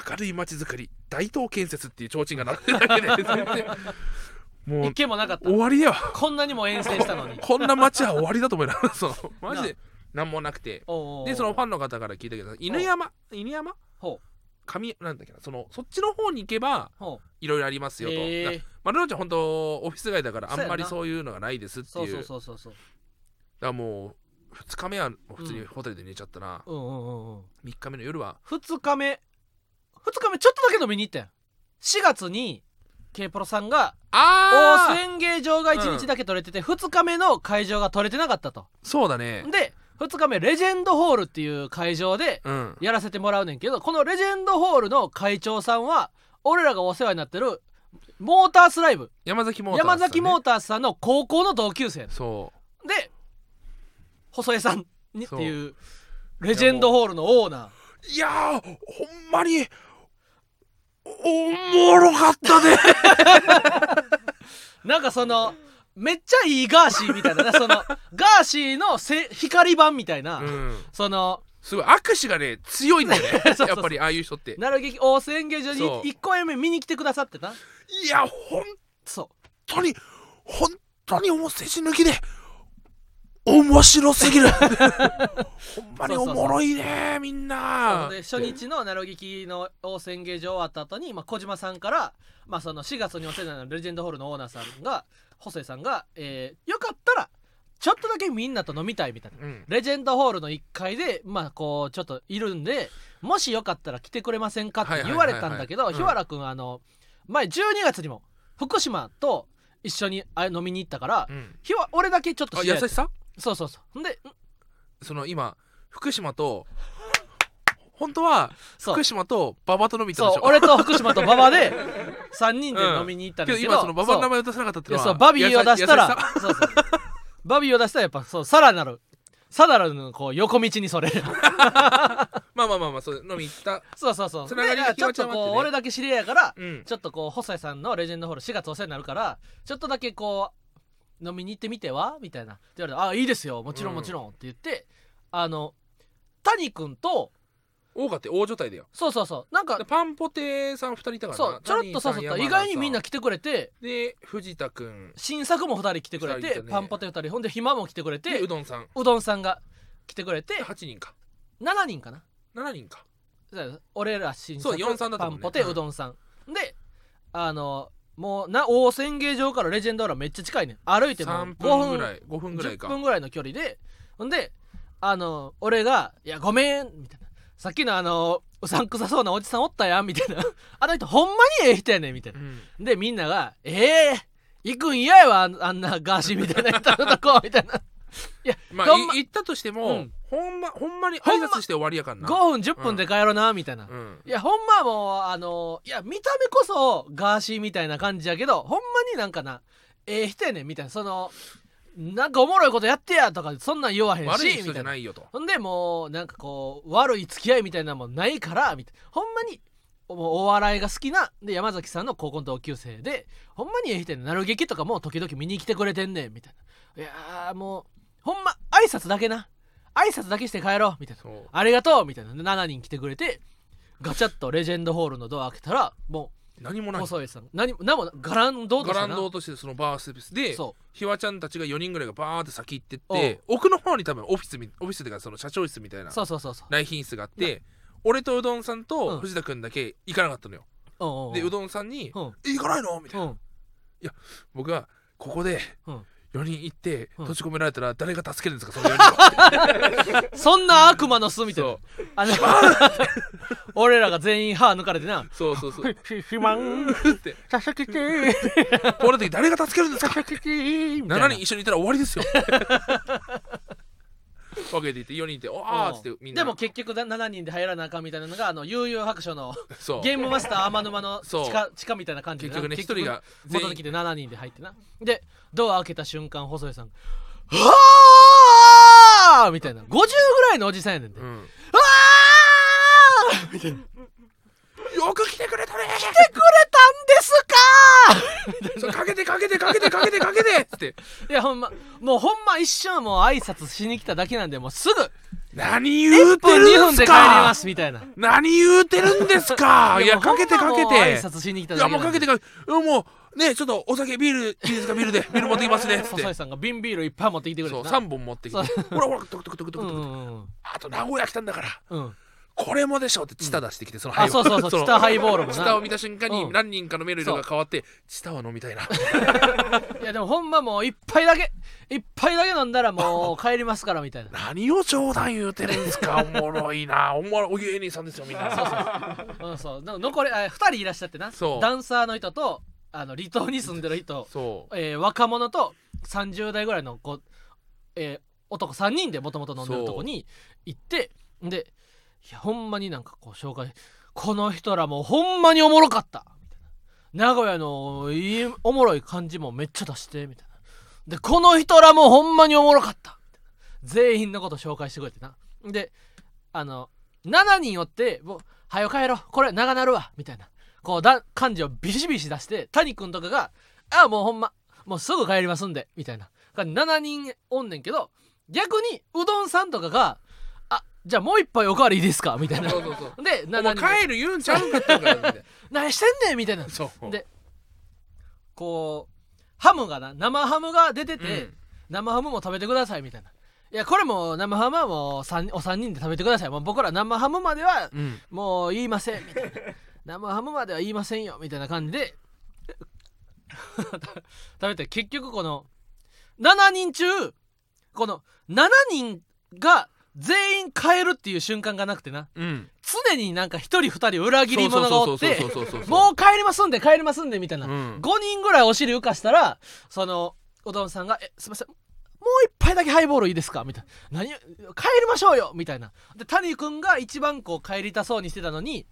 B: 明るい街づくり大東建設っていう提灯が並んでるだけで全然も
A: 一
B: う
A: 軒もなかった
B: 終わりだよ
A: こんなにも遠征したのに
B: こんな街は終わりだと思いながらそのマジで何もなくて
A: おうおうおう
B: でそのファンの方から聞いたけど犬山犬山
A: ほう
B: 神なんだっけなそのそっちの方に行けば
A: ほう
B: いろいろありますよと、
A: へ
B: だ
A: え
B: 丸の内は本当オフィス街だからあんまり
A: そ
B: そういうのがないですって
A: そ
B: いう
A: うそう
B: だか
A: そうそうそう
B: らもう2日目は普通にホテルで寝ちゃったな、
A: うんうんうんうん
B: 3日目の夜は
A: 2日目2日目ちょっとだけ飲みに行ったやん4月に K プロさんが大須
B: ああ
A: 演芸場が1日だけ取れてて、2日目の会場が取れてなかったと
B: そうだね
A: で2日目レジェンドホールっていう会場で
B: うん
A: やらせてもらうねんけどこのレジェンドホールの会長さんは俺らがお世話になってるモータースライブ、
B: 山崎モーターズさん
A: 山
B: ね、
A: 崎モータースさんの高校の同級生
B: そ
A: で細江さんにって
B: そう
A: いうレジェンドホールのオーナー
B: ういやーほんまにおおもろかった ね
A: なんかそのめっちゃいいガーシーみたいななそのガーシーのせ光版みたいな、
B: うん
A: その
B: すごい握手がね強いんだよね
A: そうそう
B: やっぱりああいう人って
A: なる劇大須演芸場に
B: そう
A: 1公演目見に来てくださってない
B: や本
A: そ
B: 当に本当に面筋抜きで面白 すぎるほんまにおもろいねみん
A: う
B: な
A: で初日のなる劇の大須演芸場終わった後にまあ、小島さんから、まあ、その4月にお世話になるレジェンドホールのオーナーさんが細井さんが、えーよかったらちょっとだけみんなと飲みたいみたいな。
B: うん
A: レジェンドホールの1階でまあこうちょっといるんでもしよかったら来てくれませんかって言われたんだけど
B: はいはいはいは
A: 日原
B: いうん
A: くんあの前12月にも福島と一緒にあ飲みに行ったから
B: うん
A: 日は俺だけちょっと
B: あ
A: 知り合
B: 優
A: い
B: しさ
A: そうそうそうほんでん
B: その今福島と本当は
A: そう
B: 福島と馬場と飲み行っ
A: そう
B: たでしょ
A: 俺と福島と馬場 で3人で飲みに行ったん
B: け
A: で
B: ど
A: すけ
B: 今
A: ど
B: その馬場の名前を出さなかったって
A: い
B: いう
A: や
B: の
A: そ
B: は
A: うバビーを出したら
B: 優し
A: そうそうバビーを出したらやっぱそうさらなるさらなるのこう横道にそれる
B: まあまあまあまあそう飲み行った
A: そうそうそう
B: つながり
A: で
B: が
A: ちょっ
B: 際立
A: と
B: ってね
A: こう俺だけ知り合いやから
B: うん
A: ちょっとこう細井さんのレジェンドホール4月お世話になるからちょっとだけこう飲みに行ってみてはみたいなって言われて「あいいですよもちろん
B: うん
A: もちろん」って言って、あの谷君と
B: 多かって大所帯だよ
A: そうそうそうなんか
B: でパンポテさん2人いたからな
A: そうちょろっとそうそう
B: 谷さ
A: 意外にみん
B: 山
A: な来てくれて
B: 田さんで藤田君
A: 新作も2人来てくれ
B: 二人
A: て、
B: いたね
A: パンポテ2人ほんで暇も来てくれ
B: で
A: て
B: う
A: う
B: どんさん
A: どんさんが来てくれて
B: 8人か
A: 7人かな
B: 7人か
A: 俺ら新作
B: そう四三だった
A: パ
B: もん
A: ン
B: ね
A: ポテうどんさん、であのもうな大仙芸場からレジェンドホールはめっちゃ近いねん歩いても5
B: 3分
A: 分
B: ぐらい5分ぐらい
A: 10
B: か
A: 分ぐらいの距離でほんであの俺が「いやごめん」みたいな「さっきのあのうさんくさそうなおじさんおったやん」みたいな 「あの人ほんまにええ人やねん」みたいな
B: うん
A: でみんなが「ええ行くん嫌やわあんあんなガーシーみたいな人のと こ」みたいな
B: まあ
A: どんま
B: い行ったとして
A: う
B: も
A: ん
B: ほんまほんまに
A: ほんま
B: 挨拶して終わりやからな
A: 5分10分で帰ろうなみたいな、
B: うん
A: いやほんまもうあのいや見た目こそガーシーみたいな感じやけどほんまになんかなええ人やねんみたいなそのなんかおもろいことやってやとかそんなん言わへんし
B: 悪い人
A: み
B: じ
A: た
B: ゃ
A: いな
B: ないよと
A: ほんでもうなんかこう悪い付き合いみたいなもんないからみたいなほんまにおお笑いが好きなで山崎さんの高校の同級生でほんまにええ人やねんなる劇とかも時々見に来てくれてんねんみたいないやーもうほんま挨拶だけな挨拶だけして帰ろうみたいな
B: そう
A: ありがとうみたいなで7人来てくれてガチャッとレジェンドホールのドア開けたらも
B: 何も
A: う
B: ない
A: 細江さん何も何もガランドー
B: ガ
A: とし
B: ラ
A: た
B: ン
A: な
B: ドとしてそのバーステスで
A: そ
B: ひわちゃんたちが4人ぐらいがバーって先行ってって奥の方に多分オフィスみオフィスというかその社長室みたいな
A: そうそうそうそう
B: 来賓室があって俺とうどんさん
A: う
B: と
A: ん
B: 藤田君だけ行かなかったのよ、
A: うんうん
B: でうどんさんに
A: うん
B: 「行かないの?」みたいな、
A: うん
B: 僕がここで
A: うん
B: 4人行って
A: うん
B: 閉じ込められたら誰が助けるんですかその4人 を
A: そんな悪魔の巣みたいな
B: そ
A: あの俺らが全員歯抜かれてな
B: そうそうそう
A: ひひまん
B: って
A: ささきて
B: この時誰が助けるんですか
A: さきてみたいな
B: 7人一緒にいたら終わりですよ分けていって4人いて「おあ」っつってみんな
A: でも結局だ7人で入らなあかんみたいなのがあの悠々白書の
B: そう
A: ゲームマスター天沼の地
B: そう
A: 下地下みたいな感じで
B: 結
A: な
B: 局ね1人が全
A: 戻っ
B: 員
A: てきて7人で入ってなでドア開けた瞬間細江さん「はあ!」みたいな50ぐらいのおじさんやねんで「
B: う
A: は
B: ん
A: あ!」みたいな「
B: よく来てくれたね
A: 来てくれたんですか!」
B: そうかけてかけてかけてかけてかけてっつって
A: いやほんまもうほんま一瞬もう挨拶しに来ただけなんでもうすぐ
B: 何言う
A: 1
B: て
A: 分2
B: るん
A: 分
B: す
A: で帰りま
B: か
A: すみたいな
B: 何言うてるんで すかいや
A: もうほ
B: か
A: んま
B: けてかけ
A: もう挨
B: て
A: 拶しに来た
B: い
A: だ
B: や
A: けな
B: も
A: ん
B: う
A: で
B: かけてかけてうんもうねちょっとお酒ビールいいですかビールでビール持ってき ますねっつっ
A: 細井
B: て
A: さんが瓶ビールいっぱい持ってきてくれ
B: そう
A: てな
B: 3本持ってきてほらほらトクトクトクト
A: うん
B: クト
A: う
B: ク
A: んうん
B: あと名古屋来たんだから
A: うん
B: これもでしょってチタ出してきてその
A: あ
B: 灰を
A: そうそうそうチタハイボールもな
B: チタを見た瞬間
A: う
B: に
A: ん
B: 何人かの目の色が変わってチタは飲みたいない
A: やでもほんまもう一杯だけ一杯だけ飲んだらもう帰りますからみ たいな
B: 何を冗談言うてるんですかおもろいなおもろいお芸人さんですよみんな
A: うんそうなんか残りあ二人いらっしゃってな
B: そう
A: ダンサーの人とあの離島に住んでる人、
B: そう
A: えー若者と30代ぐらいの子、えー男3人でもともと飲んでるとこに行ってでいやほんまになんかこう紹介この人らもうほんまにおもろかったみたいな名古屋のいいおもろい感じもめっちゃ出してみたいなでこの人らもほんまにおもろかったみたいな全員のこと紹介してくれてなであの7人おってもう「はよ帰ろうこれ長なるわ」みたいなこうだ感じをビシビシ出して谷君とかが「あもうほんまもうすぐ帰りますんで」みたいなだから7人おんねんけど逆にうどんさんとかが「あじゃあもう一杯おかわりいいですか」みたいな
B: そうそうそう
A: で
B: お
A: 7
B: 前
A: 人
B: 帰る言うんちゃうんかって言うからみたいな
A: 何してんねんみたいな
B: そう
A: でこうハムがな生ハムが出てて、
B: うん
A: 生ハムも食べてくださいみたいないやこれも生ハムはもう三お三人で食べてくださいもう僕ら生ハムまでは
B: うん
A: もう言いませんみたいな生ハムまでは言いませんよみたいな感じで 食べて結局この7人中この7人が全員変えるっていう瞬間がなくてな
B: うん
A: 常になんか1人2人裏切り者がおって
B: そうそうそうそうそうそう
A: もう帰りますんで帰りますんでみたいな、
B: うん
A: 5人ぐらいお尻浮かしたらそのおどんさんが「えすいませんもう一杯だけハイボールいいですか?」みたいな「何帰りましょうよ」みたいなで谷君が一番こう帰りたそうにしてたのに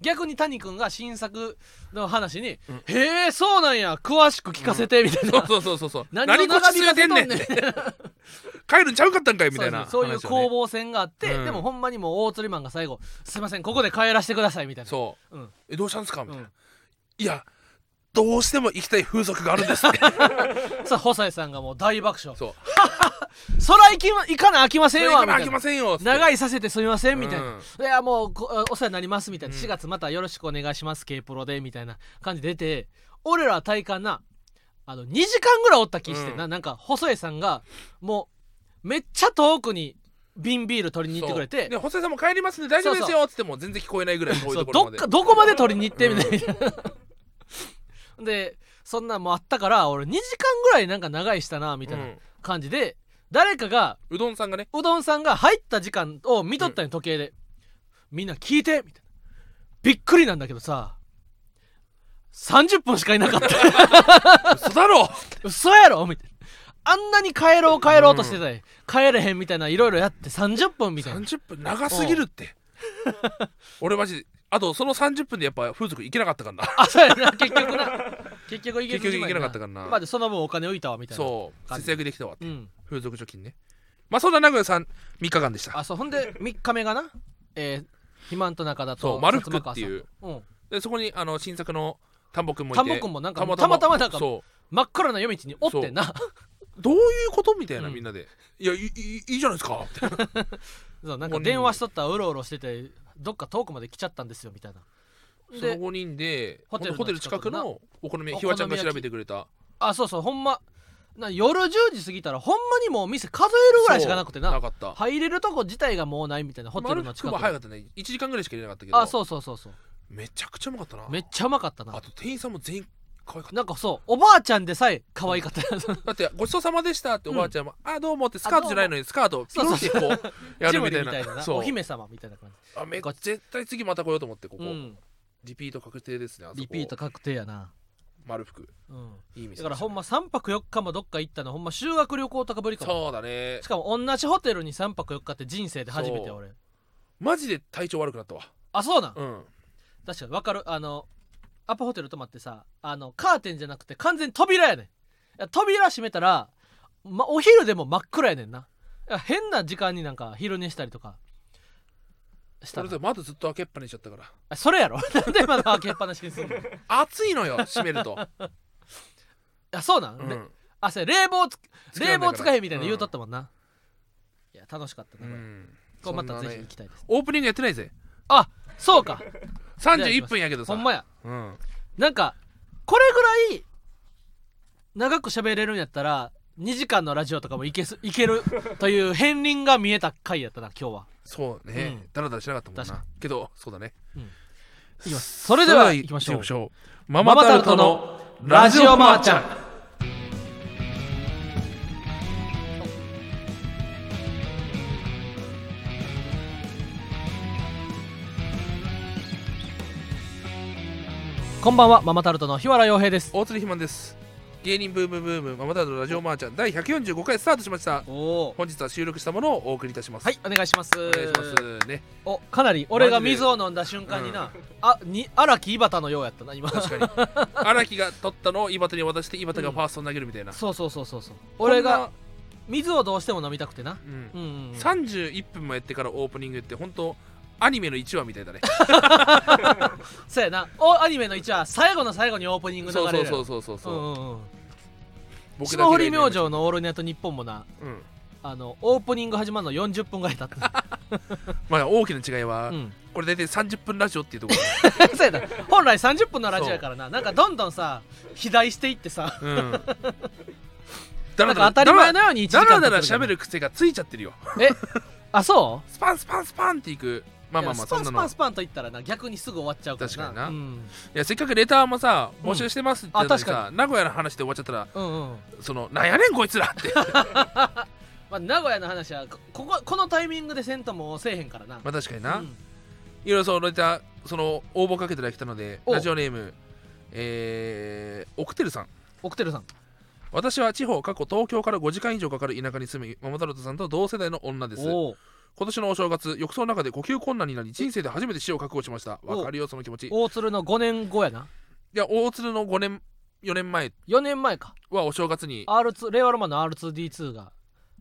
A: 逆に谷君が新作の話に「へえそうなんや詳しく聞かせて」みたいな、
B: そうそうそうそう
A: 何
B: 何
A: を
B: こっ
A: 長
B: ち
A: 引
B: つ
A: か
B: が
A: せ
B: て
A: と
B: ん
A: んね
B: ね
A: ん
B: ん帰るんちゃうかったんかいみたいな
A: そうですねそういう攻防戦があって、
B: うん
A: でもほんまにもう大釣りマンが最後「すいませんここで帰らせてください」みたいな、
B: そう
A: ん
B: うえどうしたんですかみ
A: う、
B: たいなんいやどうしても行きたい風俗がある んですって
A: さあ細井さんがもう大爆笑「
B: そう
A: そら行きま行かなあきませんわ」みた
B: 行
A: い
B: き
A: な
B: ませんよっつって
A: 長いさせてすみませんみたいな、
B: うん
A: いやもうこお世話になりますみたいな、
B: うん
A: 4月またよろしくお願いします K プロでみたいな感じで出て俺らは体感なあの2時間ぐらいおった気してな,、なんか細江さんがもうめっちゃ遠くに瓶ビール取りに行ってくれて
B: で細井さんも帰りますんで大丈夫です
A: そう
B: よっつっても全然聞こえないぐらい遠い
A: そう
B: ところ
A: ど
B: ま
A: っ
B: で
A: かどこまで取りに行ってみたいな、でそんなん もあったから俺2時間ぐらいなんか長いしたなみたいな
B: うん
A: 感じで、誰かが
B: うどんさんがね
A: うどんさんが入った時間を見とったんよ時計で、みんな聞いてみたいなびっくりなんだけどさ30分しかいなかった
B: 嘘だろ
A: 嘘やろみたいなあんなに帰ろう帰ろうとしてたんや帰れへんみたいないろいろやって30分みたいな
B: 30分長すぎるって 俺マジであとその30分でやっぱ風俗行けなかったからな
A: あそうやな結局 な結局行け
B: 結局行けなかったからな
A: まあでその分お金浮いたわみたいな
B: そう節約できたわって
A: うん
B: 風俗貯金ねまあそんな名古屋さん3日間でした
A: あそうほんで3日目がなえー肥満と中田と
B: そう丸福
A: 薩摩川さん
B: っていう
A: うん
B: でそこにあの新作の田んぼくんもい
A: タ
B: て
A: モ君もなんかたまたまなんか
B: そう
A: 真っ暗な夜道におってんな
B: どういうことみたいな、
A: うん
B: みんなで「いやいいいいいじゃないですか」みたいな
A: そうなんか電話しとったらうろうろしててどっか遠くまで来ちゃったんですよみたいな
B: その
A: で
B: 5人で
A: ホ
B: ホ
A: テ
B: テ
A: ルの
B: ル近くのお好み焼きひわちゃんが調べてくれた
A: あそうそうほんまな夜10時過ぎたらほんまにもう店数えるぐらいしかなくて
B: そう
A: な
B: かった
A: 入れるとこ自体がもうないみたいなホテルの近
B: 丸福
A: く
B: も早かったね1時間ぐらいしか入れなかったけど
A: あそうそうそうそう
B: めちゃくちゃうまかったな
A: めっちゃうまかったな
B: あと店員さんも全員可愛かっ
A: なんかそうおばあちゃんでさえ可愛かった やつ
B: ただってごちそうさまでしたっておばあちゃんも「あどうも」ってスカートじゃないのにスカートをピロってこうや
A: ジ
B: る
A: ブリ
B: みたい
A: みたいな
B: な
A: な
B: そ
A: お
B: う
A: 姫様みたいな感
B: あめ絶対次また来ようと思ってこ
A: じ、う
B: こ
A: ん、
B: リピート確定ですねあそこ
A: リピート確定やな、
B: 丸福
A: うん、
B: いい店
A: だからほんま3泊4日もどっか行ったのほんま修学旅行とかぶりかも
B: そうだね
A: しかも同じホテルに3泊4日って人生で初めて
B: そう
A: 俺
B: マジで体調悪くなったわ
A: あそうなん、
B: うん
A: 確かに分かるあのアパホテル泊まってさあのカーテンじゃなくて完全に扉やねんいや扉閉めたら、ま、お昼でも真っ暗やねんないや変な時間になんか昼寝したりとかしたら
B: それで窓ずっと開けっぱにしちゃったから
A: あそれやろ なんでまだ開けっぱなしにするの
B: 暑いのよ閉める と
A: あそうなん、
B: うん
A: であそれ冷房つ
B: つけ
A: 冷
B: らんない
A: 房
B: から
A: 使えみたいな言うとったもんな、いや楽しかった
B: う
A: なこれ、
B: ん
A: これま
B: そ
A: た
B: んな
A: ぜ
B: ね
A: ひ行きたいです、
B: オープニングやってないぜ
A: あそうか
B: 31分やけど
A: ほ
B: さ
A: んまや
B: うん
A: なんかこれぐらい長く喋れるんやったら2時間のラジオとかもいけすいけるという片鱗が見えた回やったな今日は
B: そう
A: う
B: ね
A: ん
B: だらだらしなかったもん
A: 確
B: なけどそうだね
A: いきますそれでは
B: 行
A: 行きましょう
B: ょうママタルトのラジオマーちゃん
A: こんばんはママタルトの日原洋平です
B: 大鶴ひまんです芸人ブームブームママタルトのラジオマーちゃん第145回スタートしました
A: おお
B: 本日は収録したものをお送りいたします
A: はいお願いします
B: お願いしますね
A: おかなり俺が水を飲んだ瞬間にな、あに荒木井端のようやったな今
B: 確かに荒木が取ったのを井端に渡して井端がファーストに投げるみたいな
A: そうそうそうそうそう俺が
B: こ
A: 水をどうしても飲みたくてなん
B: なうん
A: うんうんうん
B: 31分もやってからオープニングって本当アニメの1話みたいだね
A: そうやなおアニメの1話最後の最後にオープニング流
B: そう
A: れる
B: そうそううそうそうそう、
A: んうんうん
B: 僕だ
A: 霜
B: け
A: 降
B: で
A: り明星の「オールナイトニッポン」もな
B: うん
A: あのオープニング始まるの40分ぐらい経った
B: まあ大きな違いは、
A: うん
B: これ大体30分ラジオっていうとこ
A: そうやな本来30分のラジオやからななんかどんどんさ肥大していってさ
B: ろ、うん、 だ
A: なんか当たり前のように1時
B: だ
A: 間
B: らだ
A: 経
B: ら
A: ってから
B: 喋る癖がついちゃってるよ
A: あそう
B: スパンスパンスパンっていくまあまあまあ
A: いやス
B: そ
A: パン
B: んな
A: ス
B: の
A: パン
B: い
A: スパンと言ったらな逆にすぐ終わっちゃうからな
B: 確かにな
A: うん
B: やせっかくレターもさ募集してますって言ったのに
A: うんあ
B: さ、名古屋の話で終わっちゃったら
A: うんうん
B: そのなんやねんこいつ らってま
A: まあ、名古屋の話はここここのタイミングでせんともせえへんからな、
B: あ確かにな、
A: うん
B: いろいろそのレターその応募かけていただきたので
A: お
B: ラジオネームえー、オクテルさん
A: オクテルさん
B: 私は地方過去東京から5時間以上かかる田舎に住むママタルトさんと同世代の女です
A: おう
B: 今年のお正月浴槽の中で呼吸困難になり人生で初めて死を覚悟しました
A: お
B: わかるよその気持ちい
A: 大鶴の5年後やな
B: や大鶴の5年4年前
A: 4年前か
B: はお正月に
A: R2 令和ロマンの R2D2 が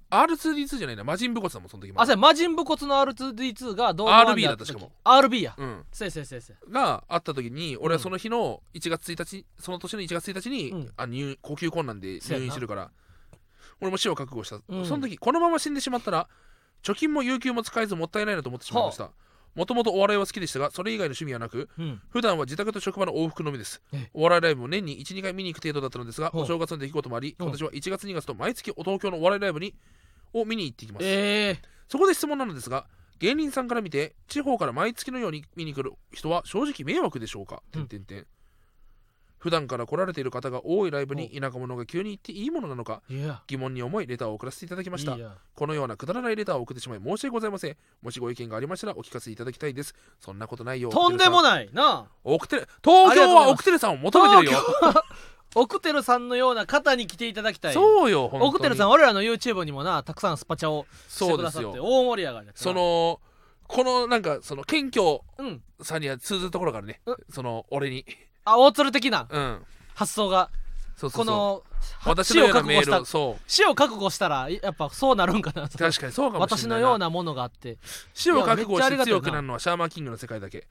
B: R2D2 じゃないな魔人武骨だもんその時も
A: あそうや魔人武骨の R2D2 がド
B: RB だったしかも
A: RB や
B: うん
A: せいせいせいせい
B: があった時に俺はその日の1月1日その年の1月1日に、
A: うん
B: あ入呼吸困難で
A: そうやな
B: 入院してるから俺も死を覚悟した、
A: うん
B: その時このまま死んでしまったら貯金も有給も使えずもったいないなと思ってしまいましたもともとお笑いは好きでしたがそれ以外の趣味はなく
A: うん
B: 普段は自宅と職場の往復のみです
A: え
B: お笑いライブも年に12回見に行く程度だったのですが
A: ほう
B: お正月の出来事もあり
A: うん
B: 今年は1月2月と毎月お東京のお笑いライブにを見に行ってきます、
A: え
B: そこで質問なのですが芸人さんから見て地方から毎月のように見に来る人は正直迷惑でしょうか、
A: うん
B: てんてんてん普段から来られている方が多いライブに田舎者が急に行っていいものなのか
A: ー、いや
B: 疑問に思いレターを送らせていただきました
A: いいや
B: このようなくだらないレターを送ってしまい申し訳ございませんもしご意見がありましたらお聞かせいただきたいですそんなことないよ
A: とんでも
B: ない
A: ないなあ
B: 奥テル東京
A: ありがとうござい
B: は
A: ます
B: オクテルさんを求めてるよ
A: オクテルさんのような方に来ていただきたい
B: そうよ本当に
A: オクテルさん我らの YouTube にもなたくさんスパチャをして
B: そう
A: く
B: で
A: ださ
B: す
A: って
B: よ
A: 大盛り上がりやから
B: そのこのなんかその謙虚
A: うん
B: さんには通ずるところがあるね
A: う
B: その俺に
A: あ大鶴的な
B: うん
A: 発想が
B: そうそうそう
A: この
B: 私のよう
A: 死を
B: な
A: 覚
B: メ
A: 悟し
B: ールを
A: た
B: そ
A: 死を覚悟したらやっぱそうなるんかな
B: う確かにそうかもし
A: 私
B: れない
A: のようなものがあって
B: 死を覚
A: いやめっ
B: 悟
A: ちゃあり
B: し
A: が
B: て
A: たいな
B: 強くなるのはシャーマンキングの世界 だけ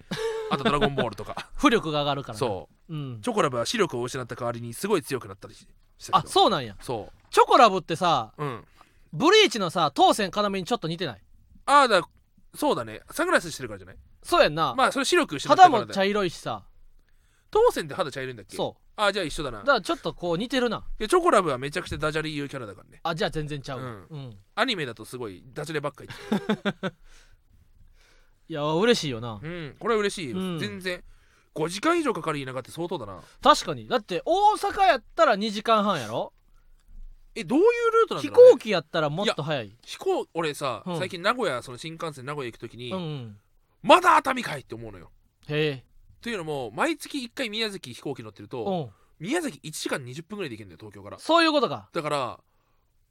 B: あとドラゴンボールとか
A: 浮力が上がるから、ね、、
B: そう
A: ん
B: う、チョコラブは視力を失った代わりにすごい強くなったりした
A: あ
B: けど
A: そうなんや
B: そ
A: チョコラブってさ
B: ううん
A: ブリーチのさ当選要にちょっと似てない
B: ああだそうだねサングラスしてるからじゃない
A: そうやんな、
B: まあそれ視力失った
A: 肌
B: から
A: も
B: だよ
A: 茶色いしさ
B: 当選って肌茶色いんだっけう
A: そ
B: ああじゃあ一緒だな
A: うだからちょっとこう似てるない
B: やチョコラブはめちゃくちゃダジャレ言うキャラだからね
A: あじゃあ全然ちゃうわうん、
B: アニメだとすごいダジャレばっか言って
A: いや嬉しいよな
B: るうんこれは嬉しいよ、
A: うん
B: 全然5時間以上かかる田舎って相当だな
A: 確かにだって大阪やったら2時間半やろ
B: えどういうルートなんだ
A: 飛
B: ろう、ね、
A: 行機やったらもっと早い
B: 飛行俺さ、
A: うん
B: 最近名古屋その新幹線名古屋行く時に、
A: うんうん
B: まだ熱海かいって思うのよ
A: へえ
B: というのも毎月1回宮崎飛行機乗ってると、
A: うん
B: 宮崎1時間20分ぐらいで行けるんだよ東京から
A: そういうことか
B: だから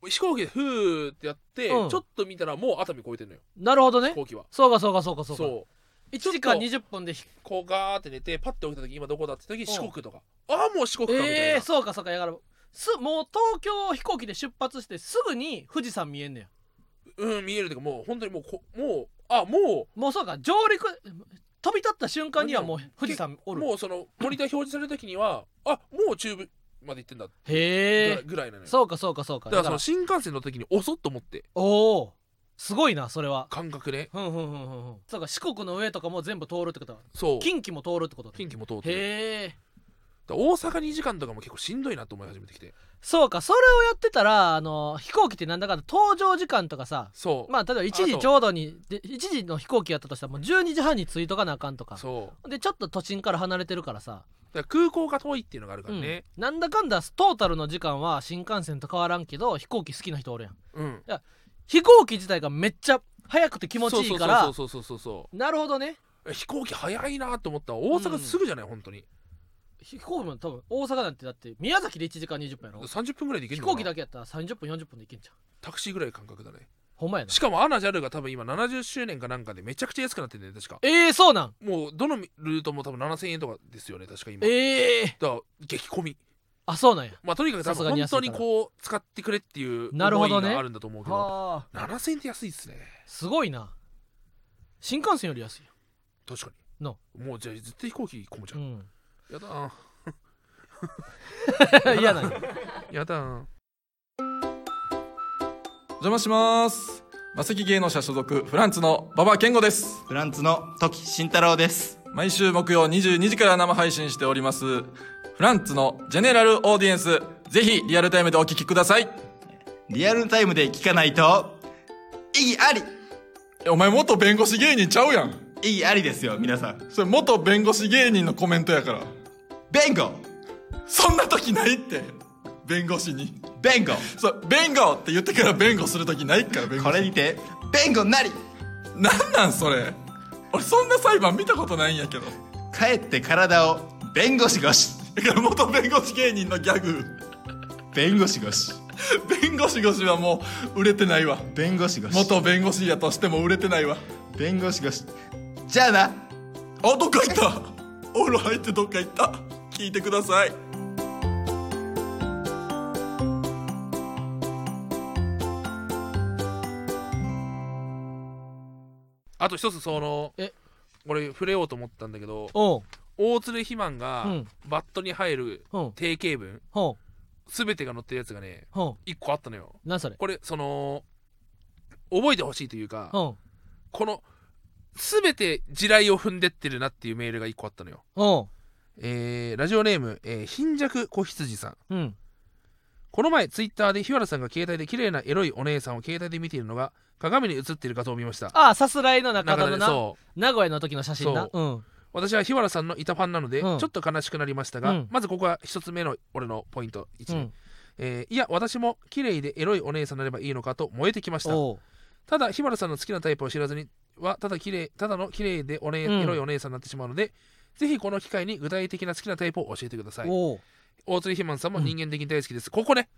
B: 飛行機でふーってやって、
A: うん
B: ちょっと見たらもう熱海超えてんのよ
A: なるほど
B: 飛
A: ね
B: 行機は
A: そうかそうかそうかそ
B: そう
A: うか1時
B: ちょ
A: 間
B: っと
A: 20分でひ
B: こうガーって寝てパッて起きた時今どこだって時四国とかああもう四国かみたいな、
A: ええー、そうかそうかやからすもう東京飛行機で出発してすぐに富士山見えんねや
B: うん見えるというかもう本当にもうこもうあも
A: もうそうか上陸飛び立った瞬間にはもう富士山お
B: う
A: る
B: もうそのモニター表示される時にはあもう中部まで行ってんだぐ
A: へ
B: らい
A: え
B: ぐらいなのよ
A: そうかそうかそうか
B: だから
A: だ
B: そ
A: から
B: の新幹線の時に遅っと思って
A: おおすごいなそれは
B: 感覚ね
A: ふんふんふんふんふんそうか四国の上とかも全部通るってことだ
B: そう近
A: 近畿も通るってことだ
B: 畿も通ってる
A: へえ
B: だから大阪2時間とかも結構しんどいなと思い始めてきて
A: そうかそれをやってたらあの飛行機ってなんだかんだ搭乗時間とかさ
B: そう、
A: まあ例えば1
B: あそ
A: 時
B: う
A: ちょうどにで1時の飛行機やったとしたらもう12時半に着いとかなあかんとか
B: そう
A: でちょっと都心から離れてるからさ、
B: だから空港が遠いっていうのがあるか
A: う
B: ら
A: ん
B: ね
A: なんだかんだトータルの時間は新幹線と変わらんけど飛行機好きな人おるやん
B: うん、
A: 飛行機自体がめっちゃ速くて気持ちいいから
B: そうそうそうそうそうそう
A: なるほどね
B: そう飛行機早いなと思ったら大阪すぐじゃない、本当に
A: 飛行機も多分大阪なんてだって宮崎で1時間20分やろ
B: 30分ぐらいで行け
A: 飛
B: る
A: 行機だ
B: け
A: けやったら30分40分で行けんじゃん
B: タクシーぐらい感覚だね
A: ほんまやな
B: しかもアナジャルが多分今70周年かなんかでめちゃくちゃ安くなってて、ね、確か
A: えー、そうなん
B: もうどのルートも多分7000円とかですよね確か今だか
A: ええー、
B: ら激混み
A: あそうなんや
B: まあとにかく多
A: さすが
B: 分
A: に安い
B: 本
A: か
B: 当
A: ら
B: にこう使ってくれっていう
A: なるほ
B: 思い
A: どね
B: があるんだと思うけど
A: はあ
B: 7000円って安いっすね
A: すごいな新幹線より安いよ
B: 確かに
A: な
B: もうじゃあ絶対飛行機混むじゃ、
A: うんん
B: やだな
A: 嫌なんや
B: やだな
C: お邪魔しますマセキ芸能者所属フランツの馬場健吾です
D: フランツの時慎太郎です。
C: 毎週木曜22時から生配信しておりますフランツのジェネラルオーディエンスぜひリアルタイムでお聞きください
D: リアルタイムで聞かないと、意義あり
C: えお前元弁護士芸人ちゃうやん
D: 意義ありですよ、皆さん。
C: それ元弁護士芸人のコメントやから
D: 弁護
C: そんな時ないって弁護士に
D: 弁護
C: そう弁護って言ってから弁護する時ないから弁護
D: これにて、弁護なり
C: なんなんそれ俺そんな裁判見たことないんやけど
D: 帰って体を弁護士ごし
C: だから元弁護士芸人のギャグ
D: 弁護士ごし
C: 弁護士越しはもう売れてないわ
D: 弁護士ごし
C: 元弁護士やとしても売れてないわ
D: 弁護士ごしじゃあな
C: あどっか行ったお風呂入ってどっか行った聞いてください
B: あと一つその
A: え
B: これ触れようと思ったんだけど
A: おう
B: 大鶴肥満が
A: うん
B: バットに入る
A: ほう
B: 定型文
A: ほう
B: 全てが載ってるやつがね
A: ほ
B: 1個あったのよ
A: うなんそれ
B: これその覚えてほしいというか
A: ほう
B: この全て地雷を踏んでってるなっていうメールが1個あったのよ
A: ほ
B: えーラジオネーム、えー貧弱子羊さん
A: ううん
B: この前ツイッターで日原さんが携帯で綺麗なエロいお姉さんを携帯で見ているのが鏡に映っている画像を見ました
A: ああさすらいの中
B: 中
A: 田
B: 田
A: の
B: で
A: な
B: そう
A: 名古屋の時の写真な、
B: そう
A: ん、
B: 私は日原さんのいたファンなので、
A: うん
B: ちょっと悲しくなりましたが、
A: うん
B: まずここは一つ目の俺のポイント1、
A: うん、
B: えーいや私も綺麗でエロいお姉さんになればいいのかと燃えてきました
A: おう
B: ただ日原さんの好きなタイプを知らずにはただ綺麗ただの綺麗でおね、
A: うん
B: エロいお姉さんになってしまうのでぜひこの機会に具体的な好きなタイプを教えてください
A: おう
B: 大鶴ひまんさんも人間的に大好きです、ここね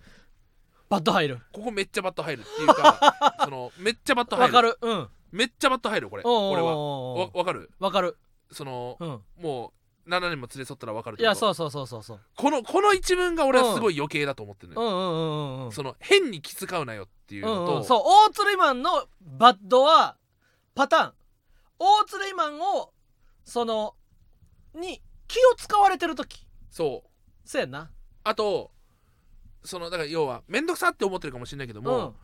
A: バット入る
B: ここめっちゃバット入るっていう かそのめっちゃバット入
A: わ
B: る
A: かるうん
B: めっちゃバット入るこれ
A: おうおう
B: 俺
A: おう
B: は
A: お
B: わ
A: う
B: わかる
A: わかる
B: その
A: うん
B: も7年も連れ添ったら分かる
A: いやそううそうそうそうそう
B: このこの一文が俺はすごい余計だと思ってる
A: う
B: の
A: ん
B: よ、
A: うんうんうんうん
B: その変に気遣うなよっていう
A: う
B: の
A: ん
B: と、
A: うん、そう大鶴イマンのバッドはパターン大鶴イマンをそのに気を使われてる時
B: そう
A: そうやんな
B: あとそのだから要は面倒くさって思ってるかもしれないけども、
A: ん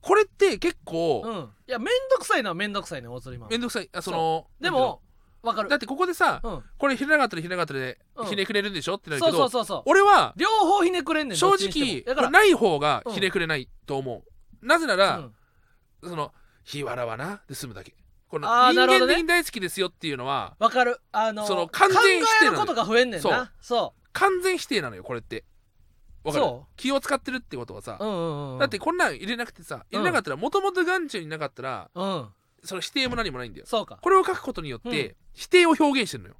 B: これって結構
A: うんいや面倒くさいのは面倒くさいね大鶴イマン
B: 面倒くさいあその
A: で
B: なんて
A: もわか
B: いうの
A: る
B: だってここでさ、
A: うん、
B: これひねらなかったらひねらなかったで
A: うん
B: ひねくれるんでしょってなるけ
A: そう
B: ど、
A: そうそうそう
B: 俺は
A: 両方ひねくれんねん
B: 正
A: どっちにしてもだ
B: 直
A: から
B: ない方がひねくれないと思う、なぜなら、
A: うん
B: その「日わらわな」で済むだけこの
A: あー
B: 人
A: なるほど
B: 間
A: ね
B: 的に大好きですよっていうのは
A: わかるあの
B: その完全否
A: 考
B: 定
A: え
B: なのよ
A: ることが増えんねんなそ
B: 完全否定なのよこれってわかる
A: そう
B: 気を使ってるってことはさ
A: う、、うんうんうん、
B: だってこんなん入れなくてさ入れなかったらもともと眼中になかったら
A: うん
B: その否定も何もないんだよ
A: そうか
B: これを書くことによっ
A: う
B: て否定を表現してるのよ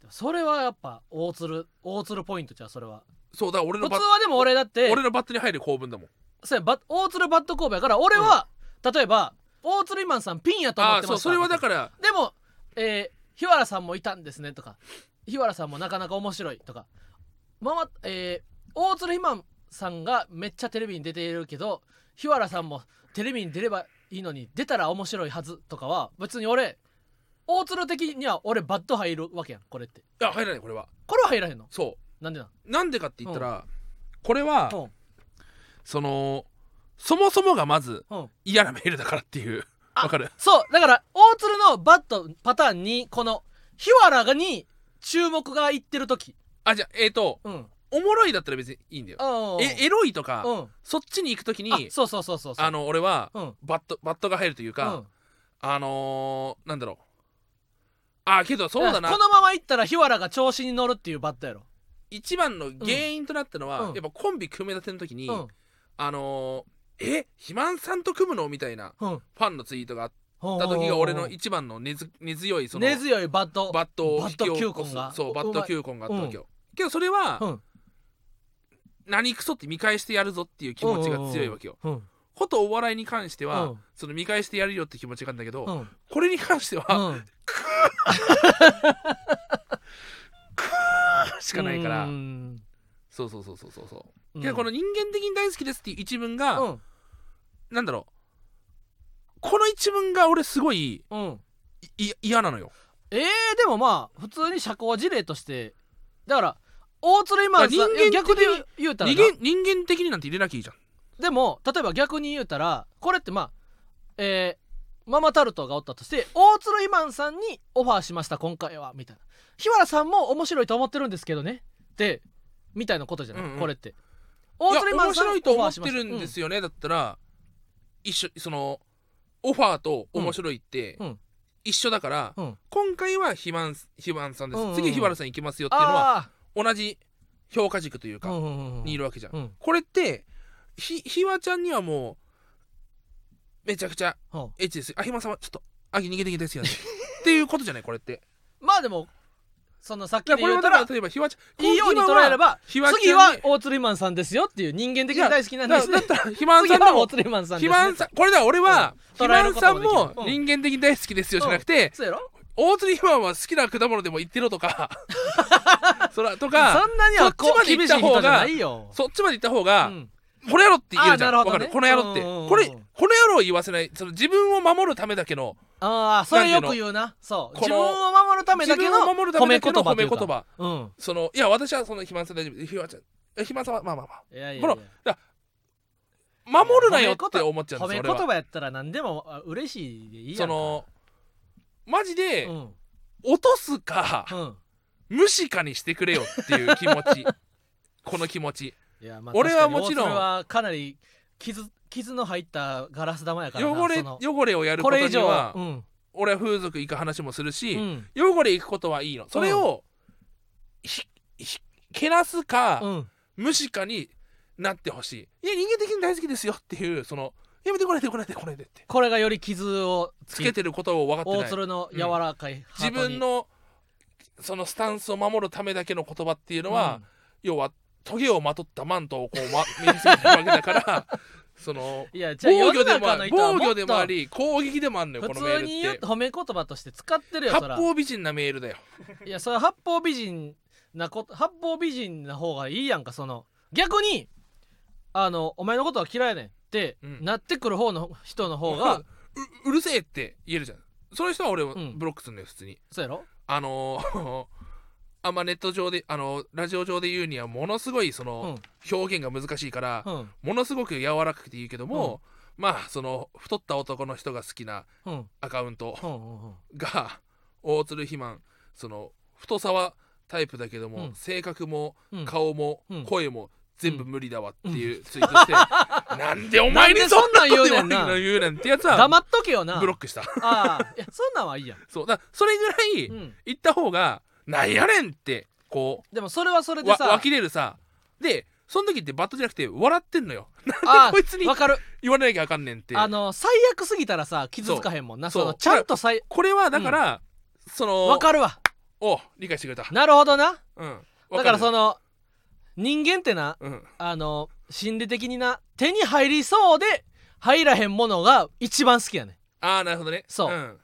A: でもそれはやっぱ大鶴大鶴ポイントじゃんそれは
B: そうだから俺の
A: 普通
B: バッ
A: はでも俺だって
B: 俺のバットに入る構文だもん
A: そうやバ大鶴バット神戸やから俺は、例えば大鶴イマンさんピンやと思
B: あ
A: っ
B: あー
A: て
B: そ
A: ま
B: う
A: す
B: それはだから
A: でも、えー、日原さんもいたんですねとか日原さんもなかなか面白いとか、ままえー、大鶴ひまんさんがめっちゃテレビに出ているけど日原さんもテレビに出ればいいのに出たら面白いはずとかは別に俺大鶴的には俺バッド入るわけやんこれって
B: いや入らないこれは
A: これは入らへんの
B: そ
A: なんでなん
B: うなんでかって言ったらこれは
A: うん
B: そのそもそもがまず
A: うん
B: 嫌なメールだからっていう
A: あ
B: わかる
A: そうだから大鶴のバットパターンにこの日原がに注目がいってる時
B: あじゃあえっ、と
A: うん
B: おもろいだったら別にいいんだよえ
A: え
B: エロいとか、
A: うん
B: そっちに行くときに
A: あそうそうそうそうそう
B: あの俺は
A: うん
B: バットバットが入るという
A: う
B: か、
A: ん
B: あのー、なんだろうあーけどそうだな
A: このままいったら日原が調子に乗るっていうバッタやろ、
B: 一番の原因となったのは、
A: うん
B: やっぱコンビ組み立ての時に、
A: うん
B: あのー、え肥満さんと組むのみたいな
A: うん、
B: ファンのツイートがあっ
A: ほう
B: た時が俺の一番の根づ根強いその
A: 根強いバット
B: バットを
A: バ
B: 引
A: ッ
B: き
A: ト
B: 起
A: 球
B: こ
A: 根
B: す
A: が
B: そうバット球根があったわけよ、けどそれ
A: う
B: は
A: ん
B: 何クソって見返してやるぞっていう気持ちが強いわけよ
A: うん
B: ことお笑いに関しては、
A: うん
B: その見返してやるよって気持ちがあるんだけど、
A: うん
B: これに関しては、
A: うん
B: しかないから、
A: うん
B: そうそうそうそうそうそ
A: う
B: う
A: ん
B: けどこの人間的に大好きですっていう一文が、
A: うん
B: なんだろうこの一文が俺すごい
A: うん
B: いい嫌なのよ
A: えー、でもまあ普通に社交辞令としてだから大鶴今
B: だから人間的に
A: 逆で言うたら
B: 人
A: な
B: 間人間的になんて入れなきゃいいじゃん
A: でも例えば逆に言うたらこれってまあえーママタルトがおったとして大鶴イマンさんにオファーしました今回はみたいな日原さんも面白いと思ってるんですけどねってみたいなことじゃない、
B: うんうん
A: これって
B: い
A: 大
B: や
A: 鶴イマ
B: 面
A: ンさん
B: 白
A: に
B: いと
A: オファ
B: 思
A: ー
B: っ
A: してました
B: るんですよね、だったら一緒そのオファーと面白いって
A: うんうん
B: 一緒だから、
A: うんうん
B: 今回は肥満肥満さんです、
A: うんうんうん
B: 次日原さん行きますよっていうのは
A: あ
B: 同じ評価軸という
A: あー
B: か、
A: うんうんうんうん
B: にいるわけじゃん、
A: うん
B: これってひひわちゃんにはもうめちゃくちゃ
A: うん
B: エッチですよあひまさんはちょっとあ逃げて逃げてです よねっていうことじゃないこれって
A: まあでもそのさっき
B: だ
A: で
B: から
A: 言う
B: これは
A: た
B: だからら例えばひわちゃん
A: いいように捉えれば
B: ひわちゃんに
A: 次は大鶴イマンさんですよっていう人間的に大好きなん
B: だ
A: で
B: か
A: す
B: らだ
A: ね
B: ったら肥満さ
A: 次
B: んで
A: は
B: も
A: 大鶴イマンさんです
B: 肥
A: ね
B: 満さんこれだ俺は
A: うん
B: 肥満さん
A: 捉えることも
B: も
A: できるうん
B: 人間的に大好きですよじゃなくて
A: そうやろ
B: 大鶴肥満は好きな果物でも言ってろ とかそらと
A: そ
B: か
A: んなにはこ
B: そっちま
A: う厳
B: で行っ
A: しい
B: た方が
A: 人じゃないよ
B: そっちまで行った方が、
A: うん
B: これやろって言えるじゃ
A: あーなんる
B: わ
A: ほどね
B: かるこの野郎って
A: うんうんうん
B: これこの野郎を言わせないその自分を守るためだけの
A: ああそれよく言うなそう
B: こ
A: 自
B: の
A: 分を守るためだけの
B: 自分を守るた
A: 褒
B: め
A: め
B: だ
A: 言
B: けの
A: 葉
B: 褒
A: とい
B: め
A: うか
B: 言葉
A: うん
B: そのいや私はその肥満さん大丈夫です肥満ちゃんえ肥満さんはまあまあまあ
A: いやいやいや
B: このだから守るなよって思っちゃう
A: 褒
B: んです
A: め言
B: よ俺は
A: 葉やったら何でもあ嬉しいでいいや
B: そ
A: んか
B: のマジで
A: うん
B: 落とすか
A: うん
B: 無視かにしてくれよっていう気持 ちこの気持ち
A: いやまあ
B: 俺はもち
A: 確かに大
B: ろん
A: 鶴はかなり傷傷の入ったガラス玉やからな
B: 汚れ
A: その
B: 汚れをやる
A: こ
B: こと
A: れ以
B: に
A: 上
B: は
A: うん
B: 俺は風俗行く話もする
A: う
B: し
A: ん
B: 汚れ行くことはいいのそれをひひけなすか
A: うん
B: 無視かになってほしいいや人間的に大好きですよっていうそのやめてこれでこれでこれでって
A: これがより傷を
B: つけてることを分か
A: 大
B: ってない
A: 鶴の柔らかいハ
B: 自
A: ートに
B: 分のそのスタンスを守るためだけの言葉っていうのは、
A: うん
B: 要はトゲをまとったマントをこう、ま、身につけてるわけだからその
A: いやじゃあ
B: 防御でも
A: 世の中
B: あ
A: の
B: り
A: 人は
B: 防
A: もっと
B: 御でもあり攻撃でもあんのよ
A: 普
B: このメー
A: 通
B: ル
A: に言う
B: っ
A: と褒め言葉として使ってる
B: て
A: よそ
B: 八
A: ら
B: 方美人なメールだよ
A: いやそれは八方美人なこと八方美人な方がいいやんかその逆にあのお前のことは嫌いやねんって、
B: うん
A: なってくる方の人の方
B: う
A: が
B: うるせえって言えるじゃんその人は俺も
A: うん
B: ブロックするんだよ普通に
A: そうやろ
B: あのー あんまネット上であのラジオ上で言うにはものすごいその、表現が難しいから、
A: うん
B: ものすごく柔らかくて言うけども、まあその太った男の人が好きな
A: うんうん
B: アカウント
A: うんうんうん
B: が大鶴肥満その太さはタイプだけども、
A: うん
B: 性格も
A: うん
B: 顔も
A: うん
B: 声も全部無理だわっていうツイートして、 なんでお前に
A: なんで
B: そ
A: そん
B: んな
A: なんん言
B: 言
A: う
B: う
A: ね
B: ね
A: ん
B: ん
A: な
B: 言うねんってやつは
A: 黙っとけよな
B: ブロックした
A: ああいやそんなんはいいやん、
B: そうだからそれぐら
A: う
B: い
A: ん、
B: 言った方がなんやねんってこ
A: でもそれはそれ
B: う
A: で
B: わ
A: さ
B: 湧き出るさでその時ってバットじゃなくて笑ってんのよなん
A: あ
B: でこいつに
A: わかる
B: 言わなきゃあかんねんって
A: あの最悪すぎたらさ傷つかへんもんなそ
B: そう
A: のちゃんとさい
B: これはだから、その
A: わかるわ
B: お理解してくれた
A: なるほどな
B: うん
A: だからそ
B: の
A: の人間ってな
B: うん
A: あの心理的にな手に入りそうで入らへんものが一番好きやねん
B: ああなるほどね
A: そうん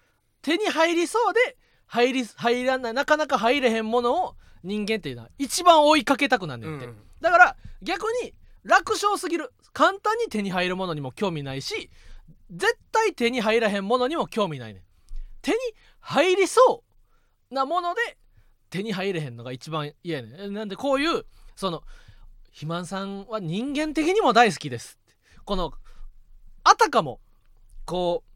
A: 手に入りそうで入り入らないなかなか入れへんものを人間っていうのは一番追いかけたくなんねんって、
B: うん
A: だから逆に楽勝すぎる簡単に手に入るものにも興味ないし絶対手に入らへんものにも興味ないねん手に入りそうなもので手に入れへんのが一番嫌やねんえなんでこういうその肥満さんは人間的にも大好きですってこのあたかもこう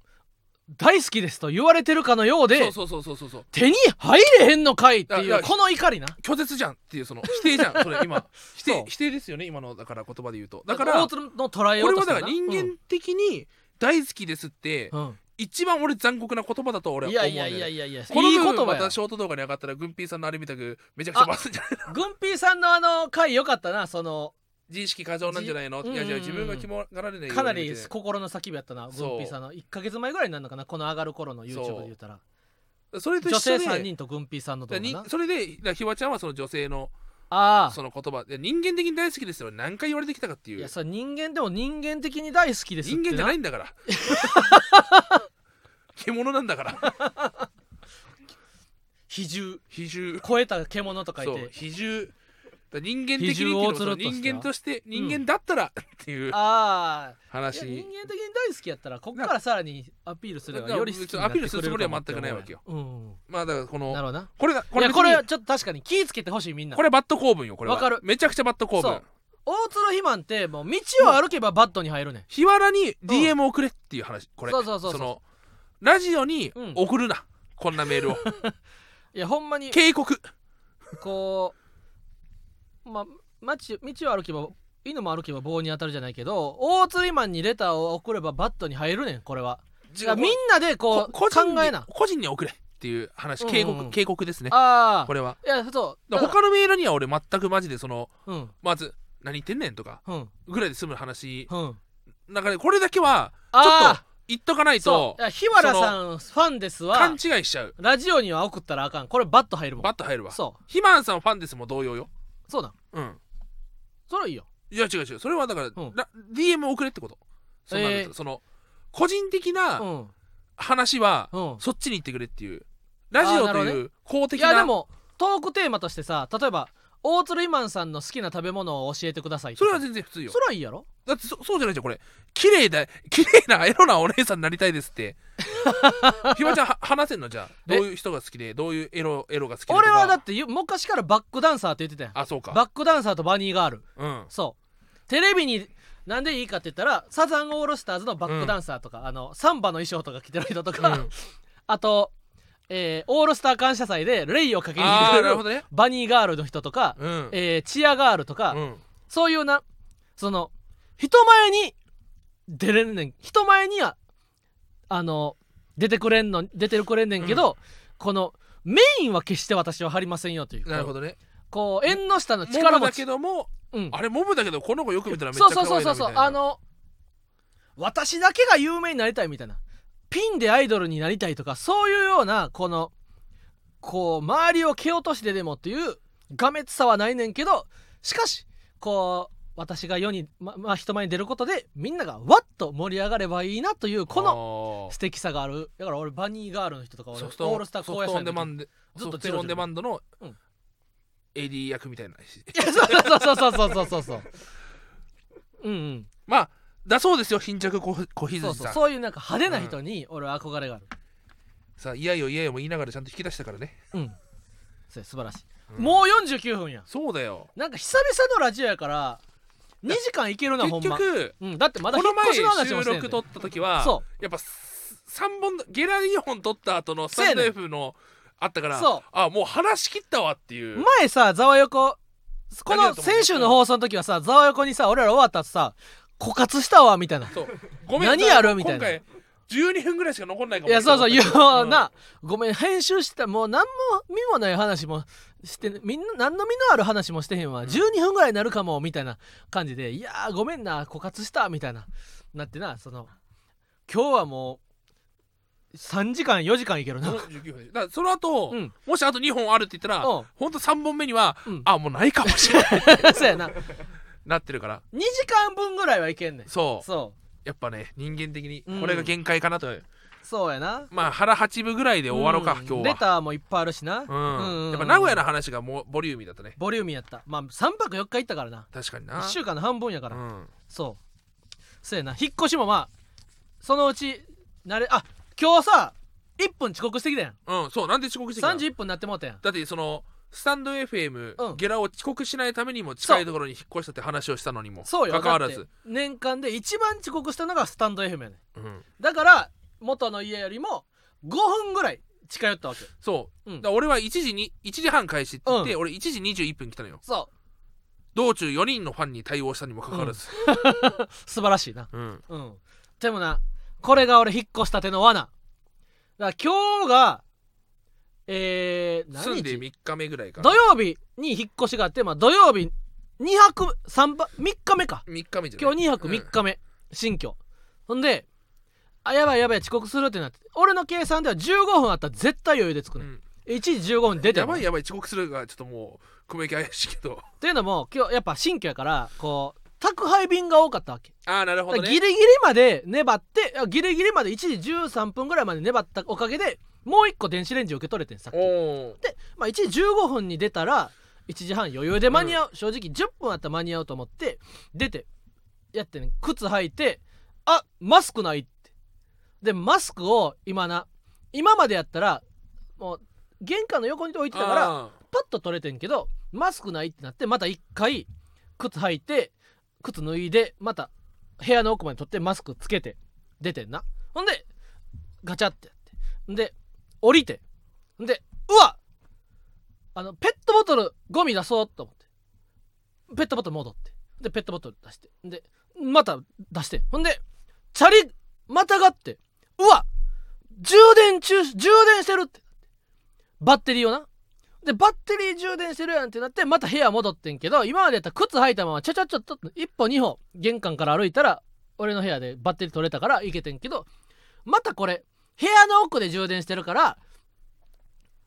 A: 大好きですと言われてるかのようで
B: そうそうそうそうそう
A: 手に入れへんのかいって
B: い
A: い
B: やいうや
A: この怒りな
B: 拒絶じゃんっていうその否定じゃ んそれ今否
A: そう
B: 定否定ですよね今のだから言葉で言うとだか
A: 大
B: らこ
A: 鶴の捉え
B: れ
A: ようと
B: は
A: するな
B: だから人間的に大好きですって
A: うんうん
B: 一番俺残酷な言葉だと俺はい思う
A: や
B: ん
A: い
B: だ
A: や
B: よ
A: いや
B: ね
A: いやいやいい
B: この部
A: 言
B: 分
A: 葉
B: ま
A: や
B: たショート動画に上がったら軍ピーさんのあれ見たくめちゃくちゃバズんじゃないの
A: 軍平さんのあの回よかったなその
B: 自意識過剰なんじゃないの
A: じ
B: いやいや
A: うんうんうん
B: 自分が気もがられないように
A: かな
B: み
A: り
B: たい
A: 心の叫びやったな
B: そう
A: 軍平さんの1か月前ぐらいになるのかなこの上がる頃の YouTube で言ったら
B: なそれと一
A: 女性
B: 緒で
A: 3人と軍平さんの動
B: だ
A: 画
B: から
A: な
B: にそれでだからひわちゃんはその女性の
A: ああ
B: その言葉で人間的に大好きですよ何回言われてきたかってい
A: いうやそれ人間でも人間的に大好きですって
B: 人間じゃないいんだから 獣なんだから
A: 比重
B: 比重
A: 超えた獣と書い
B: そう
A: て
B: 比重だから人間的
A: 比
B: にってい
A: 重
B: う
A: を
B: のは
A: つるとして
B: 人間として人間だったらっていう
A: ああい
B: 話、
A: や人間的に大好きやったらここからさらにアピールすれば
B: な
A: より好きになってくれるかも
B: アピールするつもりは全くないわけよ
A: って思うやんうん
B: まあだからこ
A: なる
B: の
A: ほどな
B: これがこ
A: い
B: れ
A: やこれ
B: 別
A: は
B: に
A: ちょっと確かに気ぃつけてほしいみんな
B: これバッド構文よこれは
A: わかる
B: めちゃくちゃバッド構
A: そ
B: 文
A: う大鶴肥満ってもう道を歩けばバットに入るねん
B: 日原に DM 送れっていう話これ
A: そうそうそうそう
B: のラジオに
A: うん
B: 送るな、こんな メールを
A: いやほんまに
B: 警告
A: こうま街道を歩けば犬も歩けば棒に当たるじゃないけど大釣りマンにレターを送ればバットに入るねんこれは
B: 違
A: だからみんなでこう考
B: こ個人に
A: えな
B: 個人に送れっていう話
A: うんうん
B: 警告、
A: うん
B: 警告ですね
A: あ
B: これはい
A: やそう
B: だ
A: だ
B: から
A: か
B: 他のメールには俺全くマジでその
A: らうん
B: まず何言ってんねんとか
A: うん
B: ぐらいで済む話
A: うん
B: だからこれだけはちょっ
A: あ
B: と
A: あ
B: 言っとかない
A: そ
B: と
A: ういや日原さんファンです
B: 勘
A: わ
B: 違いしちゃう
A: ラジオには送ったらあかんこれバット入るもん
B: バッと入るわ
A: そ
B: ひまんさんファンですも同様よ
A: うそうだ
B: うん
A: それいいよ
B: いや違う違うそれはだから、
A: うん
B: ラ DM 送れってことそうなると、
A: えー
B: その個人的
A: う
B: なん話は、
A: うん
B: そっちに行ってくれっていうラジオ
A: あーなるほ
B: とい
A: ど
B: う公
A: い
B: 的な
A: やでもトークテーマとしてさ例えば大鶴イマンさんの好きな食べ物を教えてくださいと
B: そ
A: か
B: れは全然普通よ
A: それはいいやろ
B: だってそそうじゃないじゃんこれ綺麗だ綺麗なエロなお姉さんになりたいですって ひまちゃんは話せんのじゃあどういう人が好きでどういうエロエロが好きでとか
A: 俺はだってゆ昔からバックダンサーって言ってたやん
B: あそうか
A: バックダンサーとバニーガール
B: うん
A: そうテレビになんでいいかって言ったらサザンオールスターズのバックダンサーとか、あのサンバの衣装とか着てる人とか、
B: うん
A: あと、えーオールスター感謝祭でレイをかけに
B: あ
A: 行っ
B: あな
A: て
B: る
A: る
B: ほどね
A: バニーガールの人とか、
B: うん
A: えーチアガールとか、
B: うん
A: そういうなその人前に出れんねん人前にはあの出てくれんの出てくれんねんけど、このメインは決して私は張りませんよという
B: なるほどね
A: こう縁の下の
B: モブ
A: 力持
B: だ
A: ち
B: けども
A: うん
B: あれモブだけどこの子よく見たらめっち
A: そう
B: ゃ可
A: そう
B: 愛いな
A: そうそうそう
B: みたいな
A: あの私だけが有名になりたいみたいなピンでアイドルになりたいとかそういうようなこのこう周りを蹴落としてでもっていうがめつさはないねんけどしかしこう私が世に、ままあ、人前に出ることでみんながわっと盛り上がればいいなというこの
B: の
A: 素敵さがあるだから俺バニーガールの人とか俺
B: ソ
A: オ
B: フトオ
A: ー
B: ン
A: ルスター
B: ソ
A: 高
B: フ
A: 野
B: トオンデマ
A: 山
B: ンド
A: ず
B: ソ
A: っと
B: フ
A: ゼロ
B: トオンデマンドの
A: うん
B: AD 役みたいない
A: やそうそうそうそうそうそうそううんうん
B: まあだそうですよ貧弱小小羊
A: そうそ
B: さ
A: うんそういうなんか派手な人に俺は憧れがある
B: さあいやよいやよも言いながらちゃんと引き出したからね
A: うんそう素晴らしい、
B: うん
A: もう49分や
B: そうだよ
A: なんか久々のラジオやから2時間いけるなほ
B: 結
A: んま
B: 局
A: うん、だってまだ
B: こ
A: 引っ
B: の
A: 越しの
B: 前
A: 話もし
B: 収
A: てんね
B: 録
A: ん
B: 撮った時は
A: そ
B: やっぱす三本ゲラ2本撮った後の
A: そう
B: サ
A: や
B: ンド
A: ねん
B: F のあったから
A: そう
B: あもう話し切ったわっていう
A: 前さざわよここ
B: あり
A: の
B: がとうございます
A: 先週の放送の時はさざわよこにさ俺ら終わった後さ枯渇したわみたいな
B: そうごめん
A: 何やるみたいな
B: 今回12分ぐらいしか残んないか
A: い
B: も
A: やそう そう言う
B: うん
A: な、ごめん編集してたもう何も身もない話もしてみんな何の身のある話もしてへんわ、12分ぐらいになるかもみたいな感じでいやーごめんな枯渇したみたいななってなその今日はもう3時間4時間いけるな
B: 19分でだからその後、
A: うん
B: もしあと2本あるって言ったら、
A: うん
B: ほんと3本目には、
A: うん
B: あもうないかもしれない
A: そうやな2
B: なって るから
A: 時間分ぐらいはいけんねん
B: そう
A: そ
B: やっぱね人間的に
A: うん
B: これが限界かなと、
A: うそうやな
B: まあ腹八分ぐらいで終わろうか、
A: ん
B: 今日
A: レ
B: は
A: ターもいっぱいあるしな、
B: うん
A: うん
B: やっぱ名古屋の話がもうボリューミーだったね
A: ボリューミーやったまあ3泊4日行ったからな
B: 確かにな
A: 1週間の半分やから、
B: うん
A: そうそうやな引っ越しもまあそのうち慣れあ今日さ1分遅刻してきたやん
B: うんそうなんで遅刻してきたの
A: 31分になってもうたやん
B: だってそのスタンド FM、
A: うん
B: ゲラを遅刻しないためにも近いところに引っ越したって話をしたのにも
A: そうよ
B: かかわら
A: だっ
B: ず
A: て、年間で一番遅刻したのがスタンド FM やねん
B: うん、
A: だから元の家よりも5分ぐらい近寄ったわけ
B: そう、
A: うん
B: だから俺は1時に1時半開始って言って、俺1時21分来たのよ
A: そ
B: 道中4人のファンに対応したにもかかわらず、
A: う素晴らしいな
B: うん
A: うん。でもな、これが俺引っ越したての罠。だから今日が、えー、
B: 住
A: 何
B: んで
A: 日
B: 3日目ぐらいか
A: 土
B: ら
A: 曜日に引っ越しがあって、まあ土曜日2泊3泊、3日目か。
B: 3日目じゃない
A: 今日2泊3日目、新居。ほんで、あ、やばいやばい遅刻するってなって、俺の計算では15分あったら絶対余裕でつく
B: うん
A: ね、
B: うん
A: 1時15分出て
B: や
A: も
B: ばいやばい遅刻するがちょっともう雲行き怪しいけ ど
A: というのも、今日やっぱ新居やから、こう、宅配便が多かったわけ。
B: ああなるほどね
A: ギリギリまで粘ってあギリギリまで1時13分ぐらいまで粘ったおかげでもう1個電子レンジ受け取れてんさっき
B: おお
A: で、まあ、1時15分に出たら1時半余裕で間に合う、正直10分あったら間に合うと思って出てやってね靴履いてあマスクないってでマスクを今な今までやったらもう玄関の横に置いてたから
B: あ
A: パッと取れてんけどマスクないってなってまた一回靴履いて靴脱いでまた部屋の奥まで取ってマスクつけて出てんなほんでガチャってやってんで降りてんでうわあのペットボトルゴミ出そうと思ってペットボトル戻ってでペットボトル出してんでまた出してほんでチャリまたがってうわ充電中充電してるってバッテリーをなでバッテリー充電してるやんってなってまた部屋戻ってんけど今までやったら靴履いたままちゃちゃちゃっと一歩二歩玄関から歩いたら俺の部屋でバッテリー取れたから行けてんけどまたこれ部屋の奥で充電してるから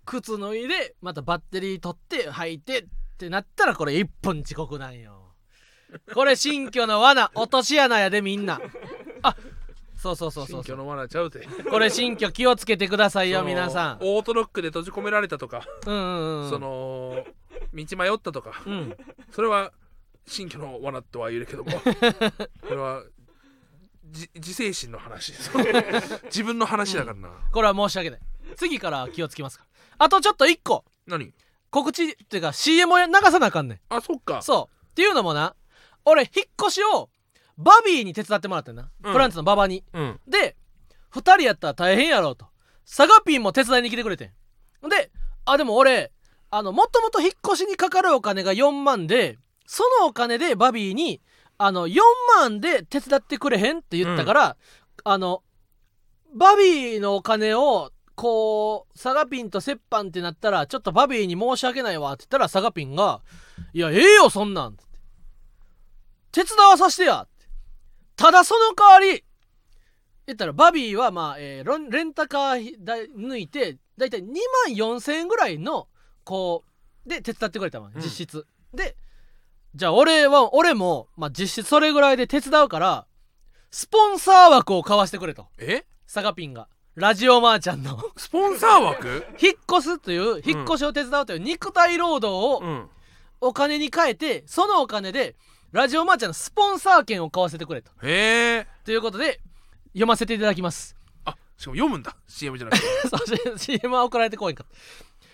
A: 靴脱いでまたバッテリー取って履いてってなったらこれ1分遅刻なんよこれ新居の罠落とし穴やでみんなあそうそうそう
B: あ
A: そ
B: 新
A: うそ
B: 居
A: う
B: のマナーちゃうて
A: これ新居気をつけてくださいよ
B: その
A: 皆さん
B: オートロックで閉じ込められたとか、
A: うんうんうん
B: その道迷ったとか
A: うん
B: それは新居の罠とは言えるけ どもこれはじ自制心の話 自分の話だからな、
A: これは申し訳ない次から気をつけますからあとちょっと1個
B: 何
A: 告知っていうか CM を流さなあかんねん
B: あそっか
A: そうっていうのもな俺引っ越しをバビーに手伝ってもらってんな、
B: うん
A: プランツのババに
B: うん
A: で2人やったら大変やろうとサガピンも手伝いに来てくれてんであでも俺あのもともと引っ越しにかかるお金が4万でそのお金でバビーにあの4万で手伝ってくれへんって言ったから、あのバビーのお金をこうサガピンと折半ってなったらちょっとバビーに申し訳ないわって言ったらサガピンが「いやええよそんなん」って手伝わさせてやってただその代わり言ったらバビーはまあ、えーロンレンタカーだ抜いてだいたい2万4千円ぐらいのこうで手伝ってくれたわ
B: ん
A: 実質、でじゃあ俺は俺も、まあ、実質それぐらいで手伝うからスポンサー枠を買わしてくれと
B: え
A: サガピンがラジオマーちゃんの
B: スポンサー枠
A: 引っ越すという引っ越しを手伝うという肉体労働
B: う
A: を
B: ん
A: お金に変えてそのお金でラジオマーちゃんのスポンサー券を買わせてくれと
B: へえ
A: ということで読ませていただきます
B: あしかも読むんだ CM じゃな くて
A: そう CM は送られてこいんかった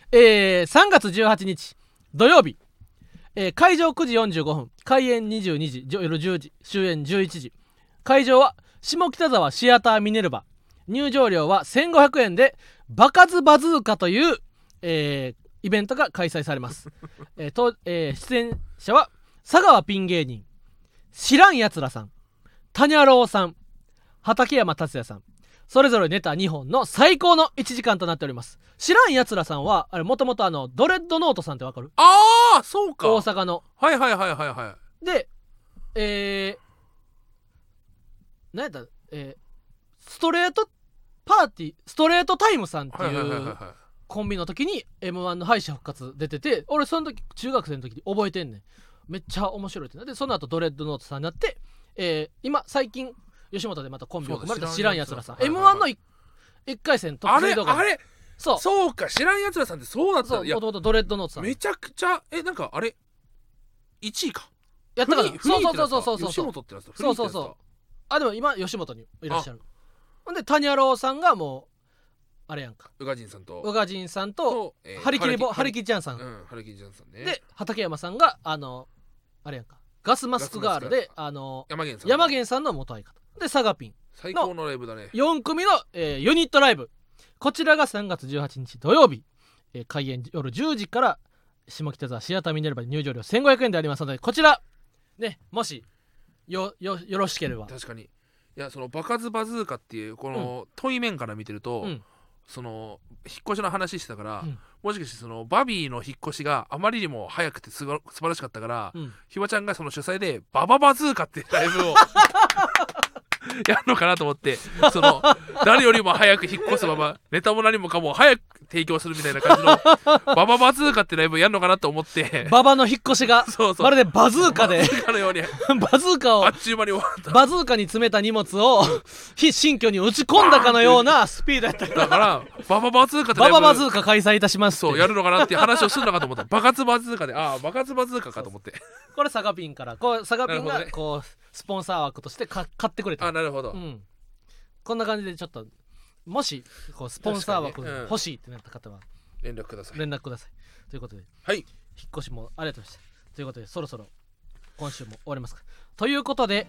A: えー、3月18日土曜日、えー会場9時45分開演22時じょ夜10時終演11時会場は下北沢シアターミネルヴァ入場料は1500円でバカズバズーカという、えーイベントが開催されます、 えーとえー出演者は佐川ピン芸人知らんやつらさん谷ゃ郎さん畠山達也さんそれぞれネタ2本の最高の1時間となっております知らんやつらさんはあれもともとあのドレッドノートさんってわかる
B: ああそうか
A: 大
B: はい
A: 阪の
B: はいはいはいは
A: でえー、何やったえー、ストレートパーティーストレートタイムさんって
B: いはいはいいはいはいうは
A: コンビの時に m 1の敗者復活出てて俺その時中学生の時に覚えてんねんめっちゃ面白いってなでその後ドレッドノートさんになって、えー今最近吉本でまたコンビを組まれた
B: そうだ
A: 知らんやつらさん
B: 知らん
A: m
B: やつらさん
A: 1のい一回戦
B: あ
A: 特
B: れ
A: 撮動画
B: あれ
A: そう
B: そうか知らんやつらさんってそうだった
A: そ
B: ん
A: う
B: だいや
A: もともとドレッドノートさんや
B: めちゃくちゃえなんかあれ1位か
A: ったから
B: フリー
A: そう
B: フリー
A: そ
B: っ
A: う
B: てや
A: そう
B: つか
A: そうそう
B: 吉
A: そう
B: 本ってやつだ
A: そうそうそうあでも今吉本にいらっしゃるほんで谷原さんがもうあれやんか
B: う宇賀神さんと
A: 宇賀神さんと
B: えー
A: ハリキリボハ
B: ハ
A: リ
B: リキ
A: キちゃんさん、
B: うんハリキジャンさんね
A: で畠山さんがあのあれやんかガスマスクガール
B: ガスマ
A: で
B: スク
A: あの
B: 山源さん
A: 山源さんの元相方でサガピン
B: 最高のライブだね
A: 4組の、えーユニットライブこちらが3月18日土曜日、えー開演夜10時から下北沢シアターミネルヴァで入場料1500円でありますのでこちらねもしよよよろしければ
B: 確かにいやその「バカズバズーカ」っていうこの遠い面から見てると、
A: うん
B: その引っ越しの話してたから、
A: うん
B: もしかしてそのバビーの引っ越しがあまりにも早くてすば素晴らしかったから、
A: うん
B: ひばちゃんがその主催で「バババズーカ」っていうライブ をやるのかなと思ってその誰よりも早く引っ越すままネタも何もかも早く提供するみたいな感じの「バババズーカ」ってライブをやるのかなと思って
A: 馬場の引っ越しが
B: そうそう
A: まるでバズーカで
B: かのように
A: バズーカを
B: あっちゅう間に終わった
A: バズーカに詰めた荷物を非新居に打ち込んだかのようなスピードやった
B: だから「バババズーカ」ってラ
A: ババ
B: イブ
A: バズーカ開催いたしますって
B: そうやるのかなっていう話をするのかと思ったバカツバズーカでああバカツバズーカかと思って
A: これサガピンからこうサガピン
B: なるほど
A: が
B: ね
A: こうスポンサー枠としてか買ってくれた
B: あなるほど、
A: うん、こんな感じでちょっともしこうスポンサー枠
B: 確かにうん
A: 欲しいってなった方は
B: 連絡ください
A: 連絡ください、ということで
B: はい
A: 引っ越しもありがとうございましたということでそろそろ今週も終わりますかということで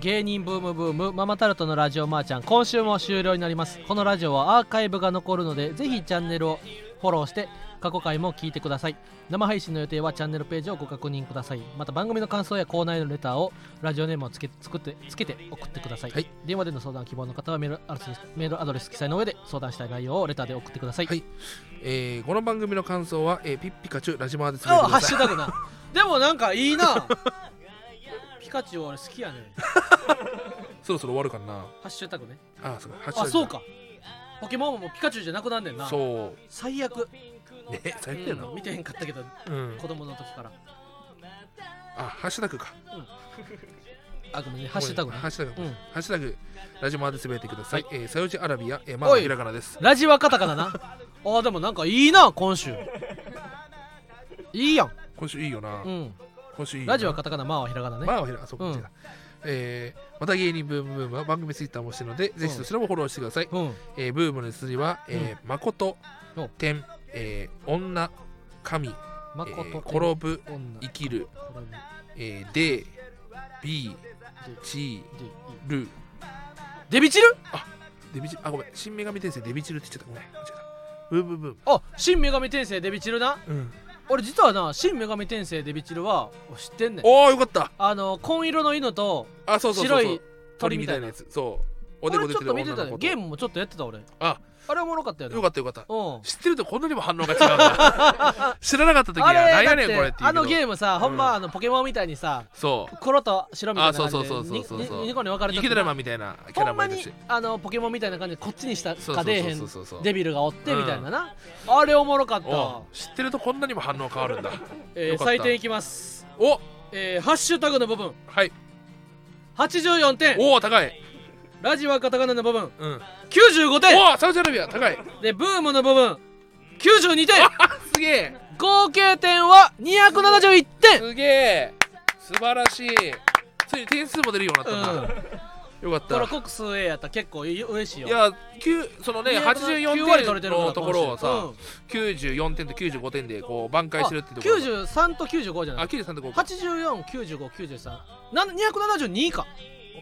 A: 芸人ブームブームママタルトのラジオマーちゃん今週も終了になりますこのラジオはアーカイブが残るのでぜひチャンネルをフォローして過去回も聞いてください生配信の予定はチャンネルページをご確認くださいまた番組の感想やコーナーへのレターをラジオネームをつけ作ってつけて送ってください、
B: はい
A: 電話での相談希望の方はメールアドレスメールアドレス記載の上で相談したい内容をレターで送ってください、
B: はいえー、この番組の感想は、えー、ピッピカチュラジマーでつぶやい
A: あ
B: てく
A: ハッ
B: だ
A: シ
B: さ
A: ュタ
B: い
A: グ なでもなんかいいなピカチュウ俺好きやね
B: そろそろ終わるかな
A: ハッシュタグね
B: あそうかハッシュタ
A: あ
B: グ
A: そうかポケモンももうピカチュウじゃなくなんねんな
B: そ
A: 最悪、
B: うね最悪やな
A: うん見てへんかったけど
B: うん
A: 子供の時から
B: あハッシュタグか
A: あごめんねハッシュタグね
B: ハッシュタグ、
A: うん
B: ハッシュタグラジマーでつぶやいてください、
A: は
B: えー、さよちアラビア、えー、まあ
A: おい
B: ひらがなです
A: ラジはカタカナ なあーでもなんかいいな今週いいやん、
B: 今週いいよな、
A: うん、
B: 今週いいよな
A: ラジはカタカナまあはひらがなね、
B: まあ、ひら、そうか、
A: うん
B: 違うえー、また芸人ブームブームは番組ツイッターもしてるので、ぜひそちらもフォローしてください。
A: うん
B: えー、ブームの釣りは、えー誠
A: お、
B: 天、えー、女、神、え
A: まこと
B: ー、転ぶ、
A: 女
B: 生きる、
A: 転ぶ
B: えー、で、B、ち、
A: でいい
B: る、
A: デビチル
B: デビチル、あ、ごめん、新女神転生デビチルって言っちゃった。ごめん、間違えた。ブームブーム。
A: あ新女神転生デビチルな
B: うん、
A: 俺実はな新女神転生デビチルは知ってんねん
B: おー、よかった。
A: あの紺色の犬と
B: あ、そうそうそうそう。
A: 白い鳥
B: 鳥
A: み
B: み
A: た
B: た
A: い
B: い
A: な
B: な
A: や
B: や
A: つ
B: つ。そう。おで
A: 俺
B: こ出
A: ちょ
B: て
A: っと
B: る
A: 見
B: 女
A: てた
B: の
A: よ
B: 子と。
A: ゲームもちょっとやってた俺
B: あ、
A: あれおもろかったよね
B: よかったよかった。
A: うん
B: 知ってるとこんなにも反応が違うんだ知らなかった時は何やねんこれっていうけど
A: あのゲームさほん
B: う
A: ま
B: ん
A: あのポケモンみたいにさ
B: そう
A: 黒と白みたいな感じで
B: あそうそうそうそうそうそう
A: にに2個に分かれて
B: 池寺マンみたいなキャ
A: ほ
B: ラ
A: ん
B: も
A: ま
B: いる
A: に
B: し
A: あのポケモンみたいな感じでこっちにした
B: そう
A: か
B: そう
A: 出え
B: そ
A: へ
B: うんそうそうそう
A: デビルがおって
B: うん
A: みたいななあれおもろかっ
B: お
A: た
B: 知ってるとこんなにも反応変わるんだ
A: えー
B: よかった
A: 採点いきます
B: お
A: えーハッシュタグの部分
B: はい
A: 84点
B: おお高い
A: ラジはカタカナの部分
B: うん
A: 95点
B: おおサウジアラビア高い
A: でブームの部分92点
B: あすげえ
A: 合計点は271点
B: すげえ素晴らしいついに点数も出るように
A: う
B: なったんだ、
A: ん
B: よか
A: これ
B: った
A: 国数 A やったら結構嬉しいよ
B: いや9そのね
A: 9割取れてる
B: 84点
A: から
B: のところをさ、
A: うん
B: 94点と95点でこう挽回してるってところ
A: 93と95じゃ
B: あ
A: ない
B: 93ってこうか
A: 849593な272か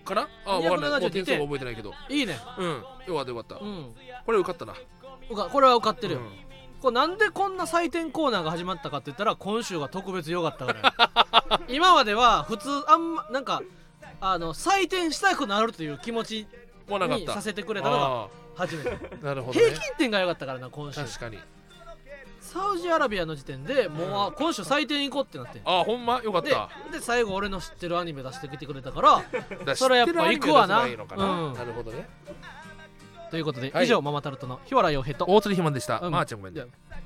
B: かなあ分かんないもう
A: 272
B: 点数も覚えてないけど
A: いいね
B: うんよかったよかった
A: うん
B: これ受かったなっ
A: うかこれは受かってるよ、
B: うん
A: これなんでこんな採点コーナーが始まったかって言ったら今週が特別良かったから 今までは普通あんまなんかあの採点したくなるという気持ち
B: もうなかっ
A: に
B: た
A: させてくれたのが
B: あ
A: 初めて、
B: ー なるほど、ね
A: 平、均点が良かったからな今週
B: 確かに
A: サウジアラビアの時点でもう、あ今週採点行こうってなって
B: あーほんまよかっ
A: で
B: た
A: で最後俺の知ってるアニメ出してきてくれた から
B: だ
A: それやっぱ行くわな
B: 知ってるアニメの出せばいいのかな
A: うん
B: なるほどね
A: ということで、
B: はい
A: 以上ママタルトの日原洋平と
B: 大鶴ひまんでした、
A: うん
B: まーちゃんごめんね
A: いや